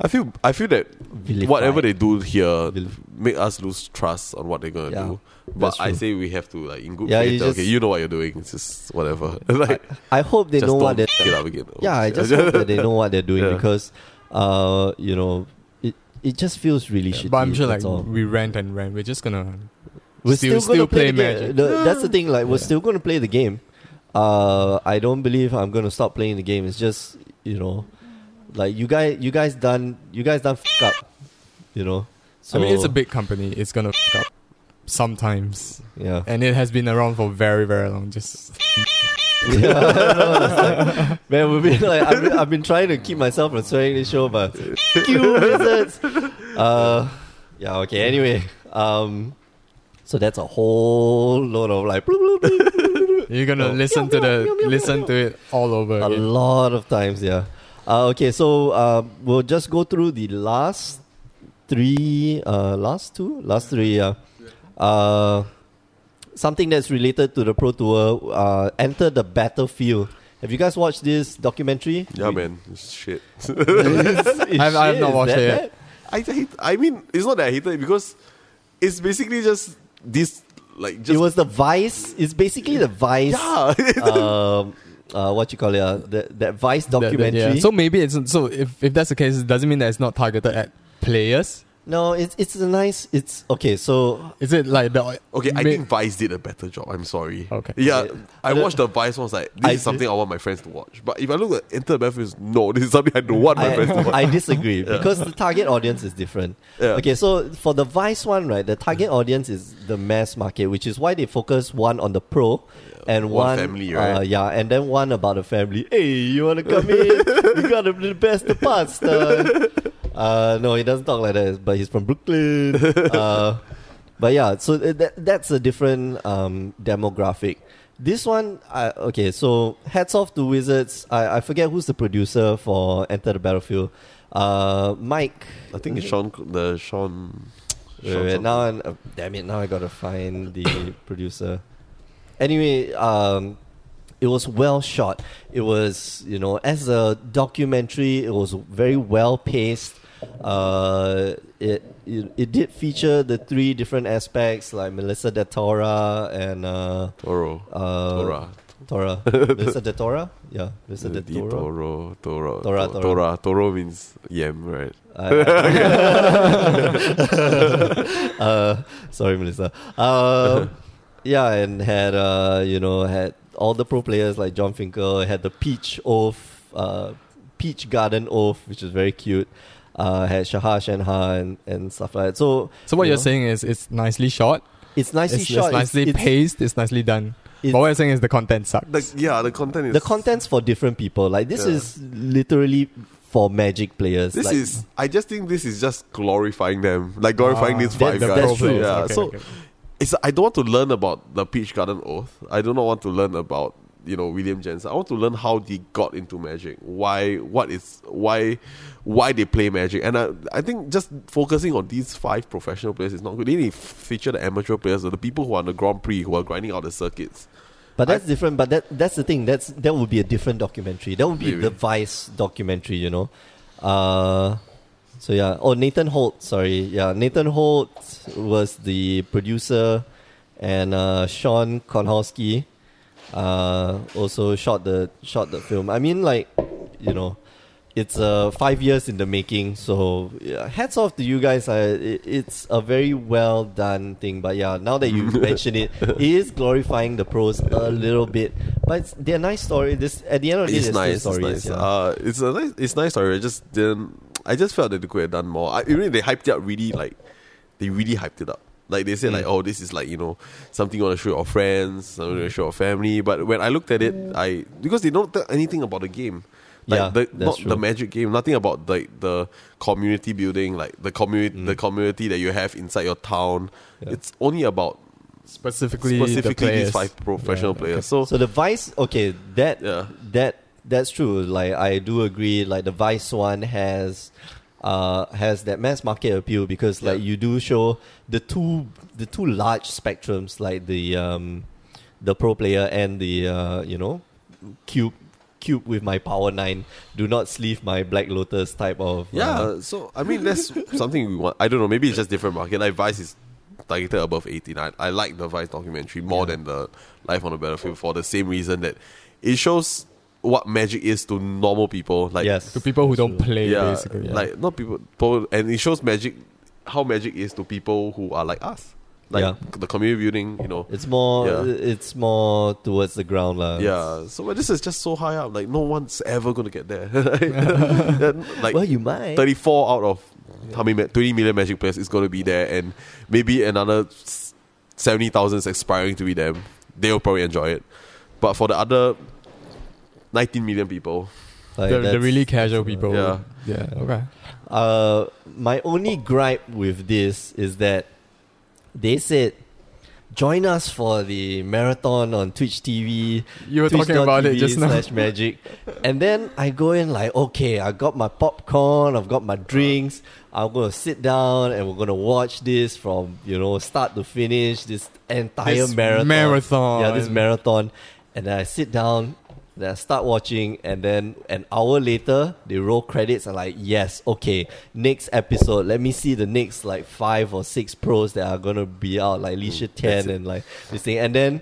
Speaker 3: I feel I feel that
Speaker 1: vilified.
Speaker 3: whatever they do here
Speaker 1: Vilif-
Speaker 3: make us lose trust on what they're gonna
Speaker 1: Yeah,
Speaker 3: do.
Speaker 1: that's
Speaker 3: But I
Speaker 1: true.
Speaker 3: say we have to like in good
Speaker 1: Yeah, you
Speaker 3: faith.
Speaker 1: just-
Speaker 3: okay, you know what you're doing. It's just whatever. like
Speaker 1: I hope they
Speaker 3: just
Speaker 1: know
Speaker 3: don't
Speaker 1: what they're
Speaker 3: fuck it up again.
Speaker 1: Yeah, I just hope that they know what they're doing
Speaker 3: Yeah.
Speaker 1: because, uh, you know, it it just feels really shitty.
Speaker 2: but I'm sure like
Speaker 1: that's all.
Speaker 2: we rent and rent. We're just gonna
Speaker 1: we're still,
Speaker 2: still- still
Speaker 1: gonna play,
Speaker 2: play
Speaker 1: the game.
Speaker 2: Magic.
Speaker 1: The- that's the thing. Like, we're
Speaker 2: Yeah.
Speaker 1: still gonna play the game. Uh, I don't believe I'm gonna stop playing the game. It's just you know, like you guys, you guys done, you guys done f- up. You know, so
Speaker 2: I mean, it's a big company. It's gonna fuck up sometimes,
Speaker 1: yeah.
Speaker 2: and it has been around for very, very long. Just
Speaker 1: yeah no, it's like, man, we've been like I've been, I've been trying to keep myself from swearing this show, but f- you wizards. Uh, yeah. Okay. Anyway, um, so that's a whole lot of like bloop, bloop, bloop,
Speaker 2: you're gonna listen to the listen to it all over.
Speaker 1: a
Speaker 2: Again.
Speaker 1: lot of times. Yeah. Uh, okay. So uh, we'll just go through the last three, uh, last two, last three. Yeah. Uh, something that's related to the pro tour. Uh, enter the battlefield. Have you guys watched this documentary?
Speaker 3: Yeah, man. It's shit.
Speaker 1: I
Speaker 2: I've- I've not watched it yet.
Speaker 3: I hate, I mean, it's not that I hate it because it's basically just this like just
Speaker 1: it was the Vice. It's basically the Vice.
Speaker 3: yeah.
Speaker 1: um, uh, what you call it? Uh, that, that Vice
Speaker 2: That- that-
Speaker 1: documentary.
Speaker 2: yeah. So maybe it's so if if that's the case, it doesn't mean that it's not targeted at players.
Speaker 1: No, it's it's a nice. It's okay. So
Speaker 2: Is it like the
Speaker 3: Okay,
Speaker 2: ma-
Speaker 3: I think Vice did a better job. I'm sorry.
Speaker 2: Okay.
Speaker 3: Yeah,
Speaker 1: Yeah.
Speaker 3: I watched the Vice. I was like, this
Speaker 1: I
Speaker 3: is something I want my friends to watch. But if I look at Enter the Battlefield, no, this is something I don't want my friends to watch.
Speaker 1: I, I disagree because the target audience is different.
Speaker 3: Yeah.
Speaker 1: Okay, so for the Vice one, right, the target audience is the mass market, which is why they focus one on the pro and
Speaker 3: one
Speaker 1: one,
Speaker 3: family,
Speaker 1: Uh,
Speaker 3: right?
Speaker 1: yeah, and then one about the family. Hey, you want to come in? we got the- the best of pasta. Uh, no, he doesn't talk like that, but he's from Brooklyn. Uh, but yeah, so th- that, that's a different um, demographic. This one, I, okay, so hats off to Wizards. I, I forget who's the producer for Enter the Battlefield. Uh, Mike.
Speaker 3: I think it's Sean, the Sean.
Speaker 1: Wait,
Speaker 3: Sean
Speaker 1: wait,
Speaker 3: something.
Speaker 1: now, i uh, damn it! Now I gotta find the producer. Anyway, um, it was well shot. It was, you know, as a documentary, it was very well paced. Uh, it, it it did feature the three different aspects, like Melissa de Tora and uh,
Speaker 3: Toro.
Speaker 1: uh,
Speaker 3: Tora.
Speaker 1: Tora, Melissa de Tora, yeah, Melissa de
Speaker 3: The
Speaker 1: Tora.
Speaker 3: Toro. Toro.
Speaker 1: Tora,
Speaker 3: Tora.
Speaker 1: Tora.
Speaker 3: Tora. Toro means yam, right?
Speaker 1: I- I- uh, sorry, Melissa. Um, yeah, and had uh, you know had all the pro players like John Finkel had the peach oath, uh, peach garden oath, which is very cute. Uh, had Shahar Shenha and, and stuff like that. So
Speaker 2: So what
Speaker 1: you
Speaker 2: you're
Speaker 1: know,
Speaker 2: saying is it's nicely shot,
Speaker 1: it's nicely
Speaker 2: it's, it's
Speaker 1: shot,
Speaker 2: nicely
Speaker 1: it's, it's-
Speaker 2: paced, it's nicely done.
Speaker 1: it's-
Speaker 2: but what you're saying is the content sucks.
Speaker 3: The, yeah, the content is.
Speaker 1: the contents for different people. Like this
Speaker 3: Yeah.
Speaker 1: is literally for Magic players.
Speaker 3: This
Speaker 1: like,
Speaker 3: is. I just think this is just glorifying them, like glorifying
Speaker 2: Ah,
Speaker 3: these
Speaker 1: That-
Speaker 3: five
Speaker 1: the
Speaker 3: guys.
Speaker 1: pro players,
Speaker 3: Yeah.
Speaker 2: Okay,
Speaker 3: so
Speaker 2: okay.
Speaker 3: it's. I don't want to learn about the Peach Garden Oath. I do not want to learn about you know William Jensen. I want to learn how they got into magic. Why? What is why? Why they play magic? And I, I think just focusing on these five professional players is not good. They need to feature the amateur players, or the people who are on the Grand Prix who are grinding out the circuits.
Speaker 1: But that's different. But that that's the thing. That's that would be a different documentary. That would be
Speaker 3: Maybe.
Speaker 1: the Vice documentary. You know. Uh, so yeah. Oh, Nathan Holt. Sorry. Yeah, Nathan Holt was the producer, and uh, Sean Konhowski, uh, also shot the shot the film. I mean, like, you know. It's uh, five years in the making, so yeah, hats off to you guys. I, it, it's a very well done thing, but yeah, now that you mention it, it is glorifying the pros a little bit, but it's, they're nice story. This at the end of the day,
Speaker 3: it's
Speaker 1: they're
Speaker 3: nice.
Speaker 1: still stories.
Speaker 3: It's nice.
Speaker 1: yeah.
Speaker 3: Uh, it's a nice. It's nice story. I just didn't. I just felt that they could have done more. I really they hyped it up. Really like they really hyped it up. Like they said, like
Speaker 1: Mm.
Speaker 3: oh, this is like you know something you want to show your friends, something you
Speaker 1: Mm.
Speaker 3: want to show your family. But when I looked at it, I because they don't tell anything about the game. Like
Speaker 1: Yeah,
Speaker 3: the,
Speaker 1: that's
Speaker 3: not
Speaker 1: true.
Speaker 3: the magic game, nothing about like the community building, like the community, the community that you have inside your town.
Speaker 1: Mm. Yeah.
Speaker 3: It's only about
Speaker 2: specifically, the
Speaker 3: specifically these
Speaker 2: players.
Speaker 3: five professional
Speaker 2: Yeah, okay.
Speaker 3: players.
Speaker 1: so the Vice, okay, that
Speaker 3: uh, Yeah.
Speaker 1: that that's true. Like I do agree. Like the Vice one has. Uh, has that mass market appeal because like
Speaker 3: Yeah.
Speaker 1: you do show the two the two large spectrums like the um the pro player and the uh you know cube cube with my power nine do not sleeve my black lotus type of
Speaker 3: Yeah,
Speaker 1: uh,
Speaker 3: so I mean that's something we want. I don't know. Maybe it's just different market. Like Vice is targeted above eighteen. I, I like the Vice documentary more than the Life on the Battlefield for the same reason that it shows what magic is to normal people. Like
Speaker 1: yes
Speaker 2: To people who don't play,
Speaker 3: yeah,
Speaker 2: basically.
Speaker 3: like not people, people, and it shows magic how magic is to people who are like us, like
Speaker 1: Yeah.
Speaker 3: the community building. You know,
Speaker 1: it's more
Speaker 3: Yeah.
Speaker 1: it's more towards the ground lah.
Speaker 3: yeah. So but this is just so high up. Like no one's ever gonna get there. like
Speaker 1: well you might
Speaker 3: 34 out of how many ma- 20 million magic players is going to be there and maybe another s- 70,000 is expiring to be them they'll probably enjoy it but for the other 19 million people
Speaker 1: Like,
Speaker 2: the, the
Speaker 1: that's-
Speaker 2: really casual people.
Speaker 3: Yeah.
Speaker 2: Yeah. Okay.
Speaker 1: Uh, my only gripe with this is that they said, "Join us for the marathon on Twitch TV."
Speaker 2: You were talking about it
Speaker 1: twitch.tv
Speaker 2: just now.
Speaker 1: Slash magic, and then I go in like, okay, I got my popcorn, I've got my drinks. I'm gonna sit down and we're gonna watch this from you know start to finish this entire
Speaker 2: This
Speaker 1: marathon.
Speaker 2: marathon.
Speaker 1: Yeah, this marathon, and then I sit down. Then I start watching, and then an hour later, they roll credits. and like, yes, okay, next episode. Let me see the next like five or six pros that are gonna be out, like Leisha
Speaker 2: Mm,
Speaker 1: Ten and like this thing. And then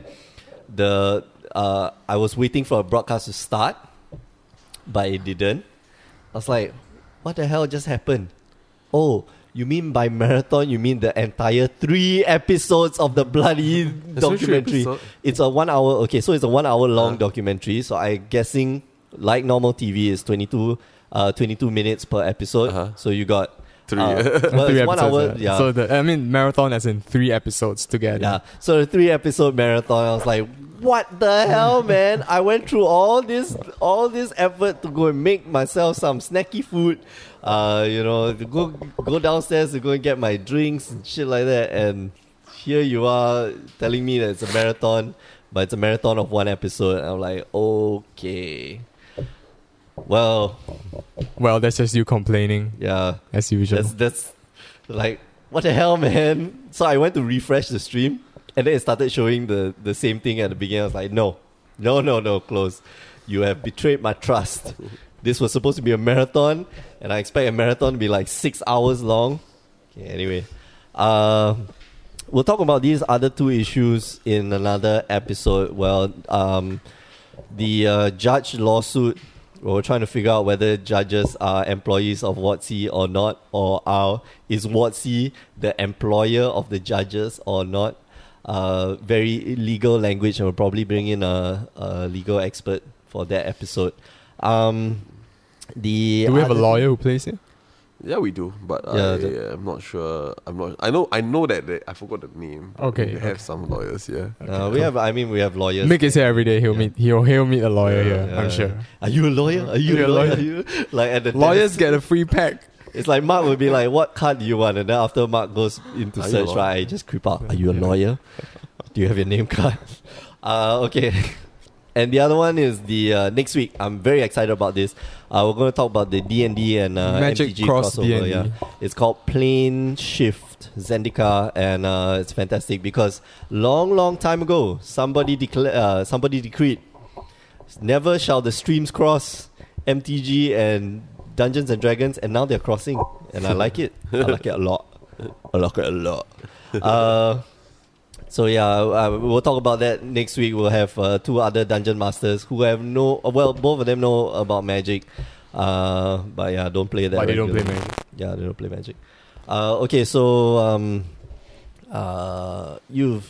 Speaker 1: the uh, I was waiting for a broadcast to start, but it didn't. I was like, what the hell just happened? Oh, You mean by marathon, you mean the entire three episodes of the bloody
Speaker 3: There's only three
Speaker 1: documentary.
Speaker 3: episode.
Speaker 1: It's a one hour, okay, so it's a one hour long
Speaker 3: Uh.
Speaker 1: documentary. So I'm guessing, like normal TV, is 22, uh, 22 minutes per episode.
Speaker 3: Uh-huh.
Speaker 1: So you got
Speaker 3: Three.
Speaker 1: uh, well,
Speaker 2: three
Speaker 1: it's one
Speaker 2: episodes.
Speaker 1: hour,
Speaker 2: yeah.
Speaker 1: yeah.
Speaker 2: So the I mean marathon as in three episodes
Speaker 1: yeah.
Speaker 2: together.
Speaker 1: So the three episode marathon, I was like, what the hell, man? I went through all this all this effort to go and make myself some snacky food. Uh, you know, to go go downstairs to go and get my drinks and shit like that. And here you are telling me that it's a marathon, but it's a marathon of one episode. I'm like, okay. Well,
Speaker 2: Well, that's just you complaining
Speaker 1: yeah.
Speaker 2: as usual.
Speaker 1: That's that's like what the hell, man. So I went to refresh the stream, and then it started showing the the same thing at the beginning. I was like, no, no, no, no, close. You have betrayed my trust. This was supposed to be a marathon, and I expect a marathon to be like six hours long. Okay, anyway, uh, we'll talk about these other two issues in another episode. Well, um, the uh, judge lawsuit. We're trying to figure out whether judges are employees of WotC or not, or are is WotC the employer of the judges or not. Uh, very legal language, and we'll probably bring in a, a legal expert for that episode. Um, the
Speaker 2: Do we have a
Speaker 1: other-
Speaker 2: lawyer who plays it?
Speaker 3: Yeah, we do, but
Speaker 1: Yeah,
Speaker 3: I,
Speaker 1: the-
Speaker 3: I'm not sure. I'm not. I know. I know that they, I forgot the name.
Speaker 2: Okay,
Speaker 3: they
Speaker 2: okay.
Speaker 3: have some lawyers. Yeah,
Speaker 1: Uh, we have. I mean, we have lawyers.
Speaker 2: Mick is here every day. He'll
Speaker 1: Yeah.
Speaker 2: meet. He'll he'll meet a lawyer here.
Speaker 1: Oh, Yeah.
Speaker 2: I'm sure.
Speaker 1: Are you a lawyer? Are you
Speaker 2: You're
Speaker 1: a
Speaker 2: a
Speaker 1: lawyer?
Speaker 2: lawyer.
Speaker 1: Are you- Like at the
Speaker 2: Lawyers get a free pack.
Speaker 1: It's like Mark would be like, "What card do you want?" And then after Mark goes into
Speaker 3: Are you a
Speaker 1: search,
Speaker 3: lawyer?
Speaker 1: right, I just creep out. Are you a lawyer? do you have your name card? Uh, okay. And the other one is the uh, next week. I'm very excited about this. Uh, we're going to talk about the D and D and uh,
Speaker 2: Magic
Speaker 1: MTG
Speaker 2: Cross
Speaker 1: crossover.
Speaker 2: D&D.
Speaker 1: Yeah, it's called Plane Shift Zendika, and uh, it's fantastic because long, long time ago, somebody declared, uh, somebody decreed, never shall the streams cross MTG and Dungeons and Dragons, and now they're crossing, and I like it. I like it a lot. I like it a lot. Uh, so yeah, uh, we'll talk about that next week. We'll have uh, two other dungeon masters who have no, uh, well, both of them know about magic, uh, but yeah, don't play that.
Speaker 2: But they don't play
Speaker 1: regularly.
Speaker 2: magic.
Speaker 1: Yeah, they don't play magic. Uh, okay, so um, uh, you've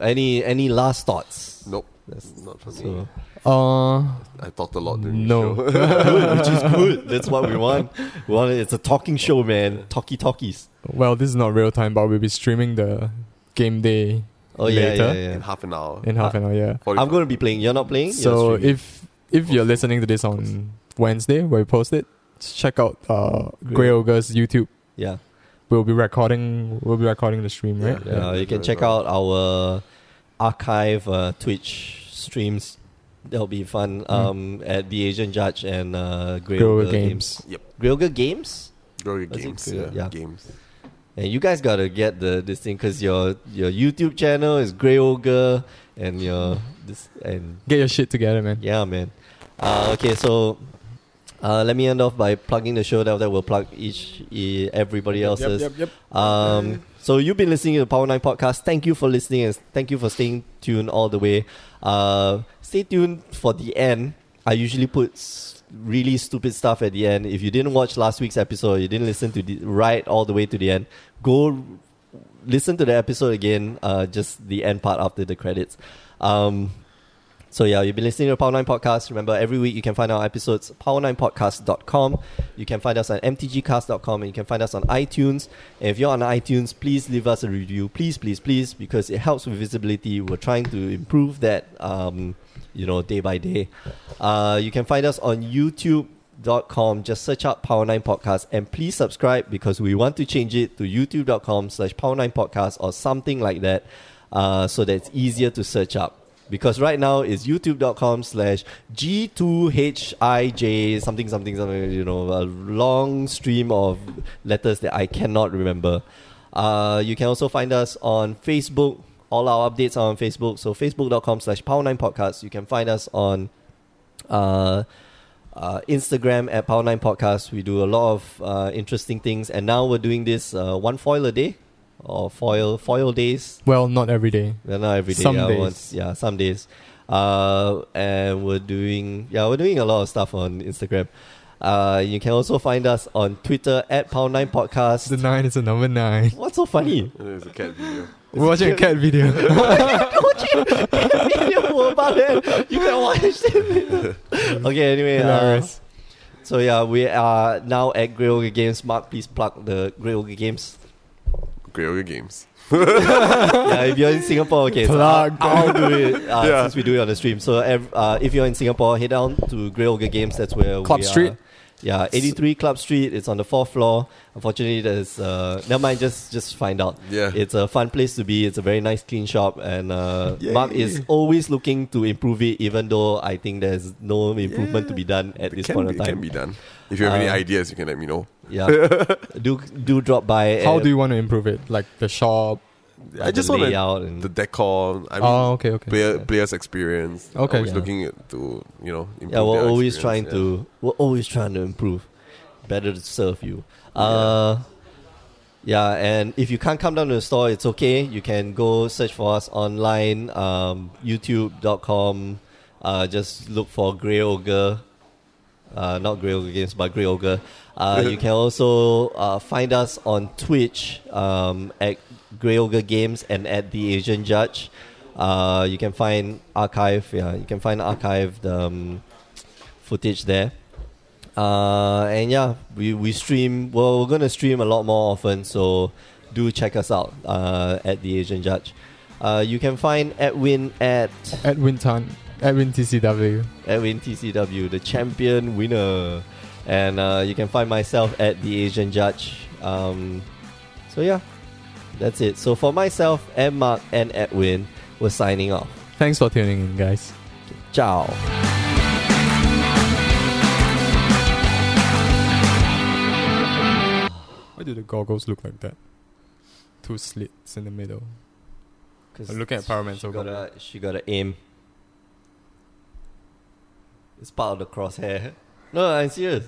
Speaker 1: any any last thoughts?
Speaker 3: nope,
Speaker 1: That's-
Speaker 3: not for me.
Speaker 1: So
Speaker 2: Uh,
Speaker 3: I talked a lot during
Speaker 2: no.
Speaker 3: the show.
Speaker 1: good, which is good. That's what we want. We want it's a talking show, man. Talkie talkies.
Speaker 2: Well, this is not real time, but we'll be streaming the game day
Speaker 1: Oh yeah,
Speaker 2: Later.
Speaker 1: yeah,
Speaker 3: In
Speaker 1: yeah.
Speaker 3: half an hour,
Speaker 2: in half an hour. Yeah.
Speaker 3: 45.
Speaker 1: I'm going to be playing. You're not playing. You're
Speaker 2: So
Speaker 1: streaming.
Speaker 2: if if you're listening to this on Wednesday, where we post it, check out uh, Grey
Speaker 1: Grey.
Speaker 2: Ogre's YouTube.
Speaker 1: yeah,
Speaker 2: We'll be recording. We'll be recording the stream, right?
Speaker 3: Yeah.
Speaker 1: yeah, you can check out our archive uh, Twitch streams. That'll be fun.
Speaker 2: Hmm.
Speaker 1: Um, at the Asian Judge and uh, Grey
Speaker 2: Grey Ogre
Speaker 1: Ogre
Speaker 2: Games.
Speaker 1: Games. Grey Ogre Games.
Speaker 3: Draw your
Speaker 1: That's
Speaker 3: games.
Speaker 1: it,
Speaker 3: Yeah,
Speaker 1: yeah.
Speaker 3: games.
Speaker 1: And you guys gotta get the this thing because your your YouTube channel is Grey Ogre and your this and
Speaker 2: Get your shit together, man.
Speaker 1: Yeah, man. Uh, okay, so uh, let me end off by plugging the show. That that will plug each e- everybody else's.
Speaker 2: Yep, yep, yep.
Speaker 1: Um, so you've been listening to the Power Nine podcast. Thank you for listening and thank you for staying tuned all the way. Uh, stay tuned for the end. I usually put s- really stupid stuff at the end. If you didn't watch last week's episode, you didn't listen to the right all the way to the end. Go listen to the episode again. Uh, just the end part after the credits. Um, so yeah, you've been listening to the Power 9 Podcast. Remember, every week you can find our episodes power9podcast.com. You can find us on mtgcast.com and you can find us on iTunes. And if you're on iTunes, please leave us a review. Please, please, please, because it helps with visibility. We're trying to improve that, um, you know, day by day. Uh, you can find us on youtube.com. Just search up Power 9 Podcast and please subscribe because we want to change it to youtube.com slash Power 9 Podcast or something like that uh, so that it's easier to search up because right now it's youtube.com slash g2hij something something something you know a long stream of letters that i cannot remember uh, you can also find us on facebook all our updates are on facebook so facebook.com slash power 9 podcast you can find us on uh, uh, Instagram at Power Nine Podcast. We do a lot of uh, interesting things, and now we're doing this uh, one foil a day or foil foil days.
Speaker 2: Well, not every day.
Speaker 1: Well, not every day.
Speaker 2: Some
Speaker 1: yeah,
Speaker 2: days.
Speaker 1: Once, yeah, some days. Uh, and we're doing yeah, we're doing a lot of stuff on Instagram. Uh, you can also find us on Twitter at Pound Nine Podcast.
Speaker 2: The nine is the number nine.
Speaker 1: What's so funny?
Speaker 3: It's a cat video.
Speaker 2: We're watching a cat video.
Speaker 1: Video were about it. You can watch it. okay, anyway. Uh,
Speaker 2: Hilarious.
Speaker 1: so yeah, we are now at Grey Ogre Games. Mark, please plug the Grey Ogre Games.
Speaker 3: Great Ogre Games.
Speaker 1: yeah, if you're in Singapore, okay, so
Speaker 2: Plug.
Speaker 1: I'll, I'll do it uh,
Speaker 3: Yeah.
Speaker 1: since we do it on the stream. So ev- uh, if you're in Singapore, head down to Grey Ogre Games. That's where
Speaker 2: Club
Speaker 1: we
Speaker 2: Street?
Speaker 1: Are. Yeah, 83 Club Street. It's on the fourth floor. Unfortunately, there's uh, never mind. Just just find out.
Speaker 3: Yeah.
Speaker 1: it's a fun place to be. It's a very nice, clean shop, and uh,
Speaker 2: Yay.
Speaker 1: Mark is always looking to improve it. Even though I think there's no improvement to be done at this
Speaker 3: can
Speaker 1: point
Speaker 3: be,
Speaker 1: of time.
Speaker 3: can be done. If you have any
Speaker 1: Uh,
Speaker 3: ideas, you can let me know.
Speaker 1: Yeah, do do drop by.
Speaker 2: How
Speaker 1: and,
Speaker 2: do you want to improve it? Like the shop.
Speaker 1: like,
Speaker 3: I just
Speaker 1: the
Speaker 3: want to
Speaker 1: layout and
Speaker 3: the decor. I mean,
Speaker 2: oh, okay, okay.
Speaker 3: player, players' experience.
Speaker 2: Okay.
Speaker 3: always
Speaker 1: Yeah.
Speaker 3: looking at to you know. Improve
Speaker 1: yeah, we're
Speaker 3: their
Speaker 1: always trying
Speaker 3: experience, yeah.
Speaker 1: to we're always trying to improve, better to serve you. Uh, yeah, and if you can't come down to the store, it's okay. You can go search for us online, um, YouTube.com. Uh, just look for Grey Ogre. Uh, not Grey Ogre Games, but Grey Ogre. Uh, you can also uh, find us on Twitch um, at Grey Ogre Games and at The Asian Judge. Uh, you can find archive. Yeah, you can find archived um, footage there. Uh, and yeah, we, we stream. Well, we're gonna stream a lot more often, so do check us out uh, at the Asian Judge. Uh, you can find Edwin at
Speaker 2: Edwin Tan. Edwin TCW.
Speaker 1: Edwin TCW, the champion winner, and uh, you can find myself at the Asian Judge. Um, so yeah, that's it. So for myself and Mark and Edwin, we're signing off.
Speaker 2: Thanks for tuning in, guys.
Speaker 1: Ciao.
Speaker 2: Why do the goggles look like that? Two slits in the middle. I'm looking at Power Man
Speaker 1: She
Speaker 2: so
Speaker 1: got
Speaker 2: far.
Speaker 1: a she got an aim. It's part of the crosshair. No, I'm serious.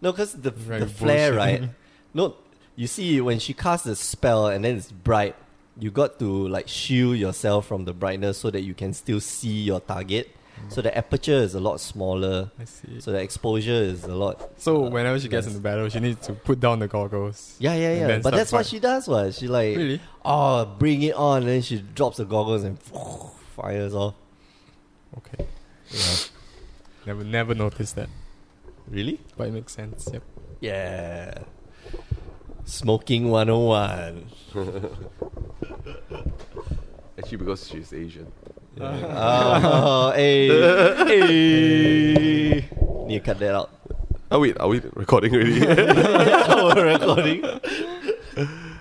Speaker 1: No, because the
Speaker 2: Very
Speaker 1: the flare,
Speaker 2: bullshit.
Speaker 1: right? No, you see when she casts a spell and then it's bright, you got to like shield yourself from the brightness so that you can still see your target. So the aperture is a lot smaller.
Speaker 2: I see.
Speaker 1: So the exposure is a lot.
Speaker 2: So
Speaker 1: uh,
Speaker 2: whenever she gets
Speaker 1: less.
Speaker 2: into battle, she needs to put down the goggles.
Speaker 1: Yeah, yeah,
Speaker 2: and
Speaker 1: yeah.
Speaker 2: then
Speaker 1: But
Speaker 2: start
Speaker 1: that's what
Speaker 2: fight.
Speaker 1: she does. What she like?
Speaker 2: Really?
Speaker 1: Oh, bring it on! And then she drops the goggles and fires off.
Speaker 2: Okay.
Speaker 1: Yeah.
Speaker 2: Never, never noticed that,
Speaker 1: Really?
Speaker 2: but it makes sense. Yep.
Speaker 1: Yeah. Smoking 101.
Speaker 3: Actually, because she's Asian.
Speaker 1: Oh, hey. hey. Need to cut that out.
Speaker 3: Oh wait, are we recording already?
Speaker 1: We're recording.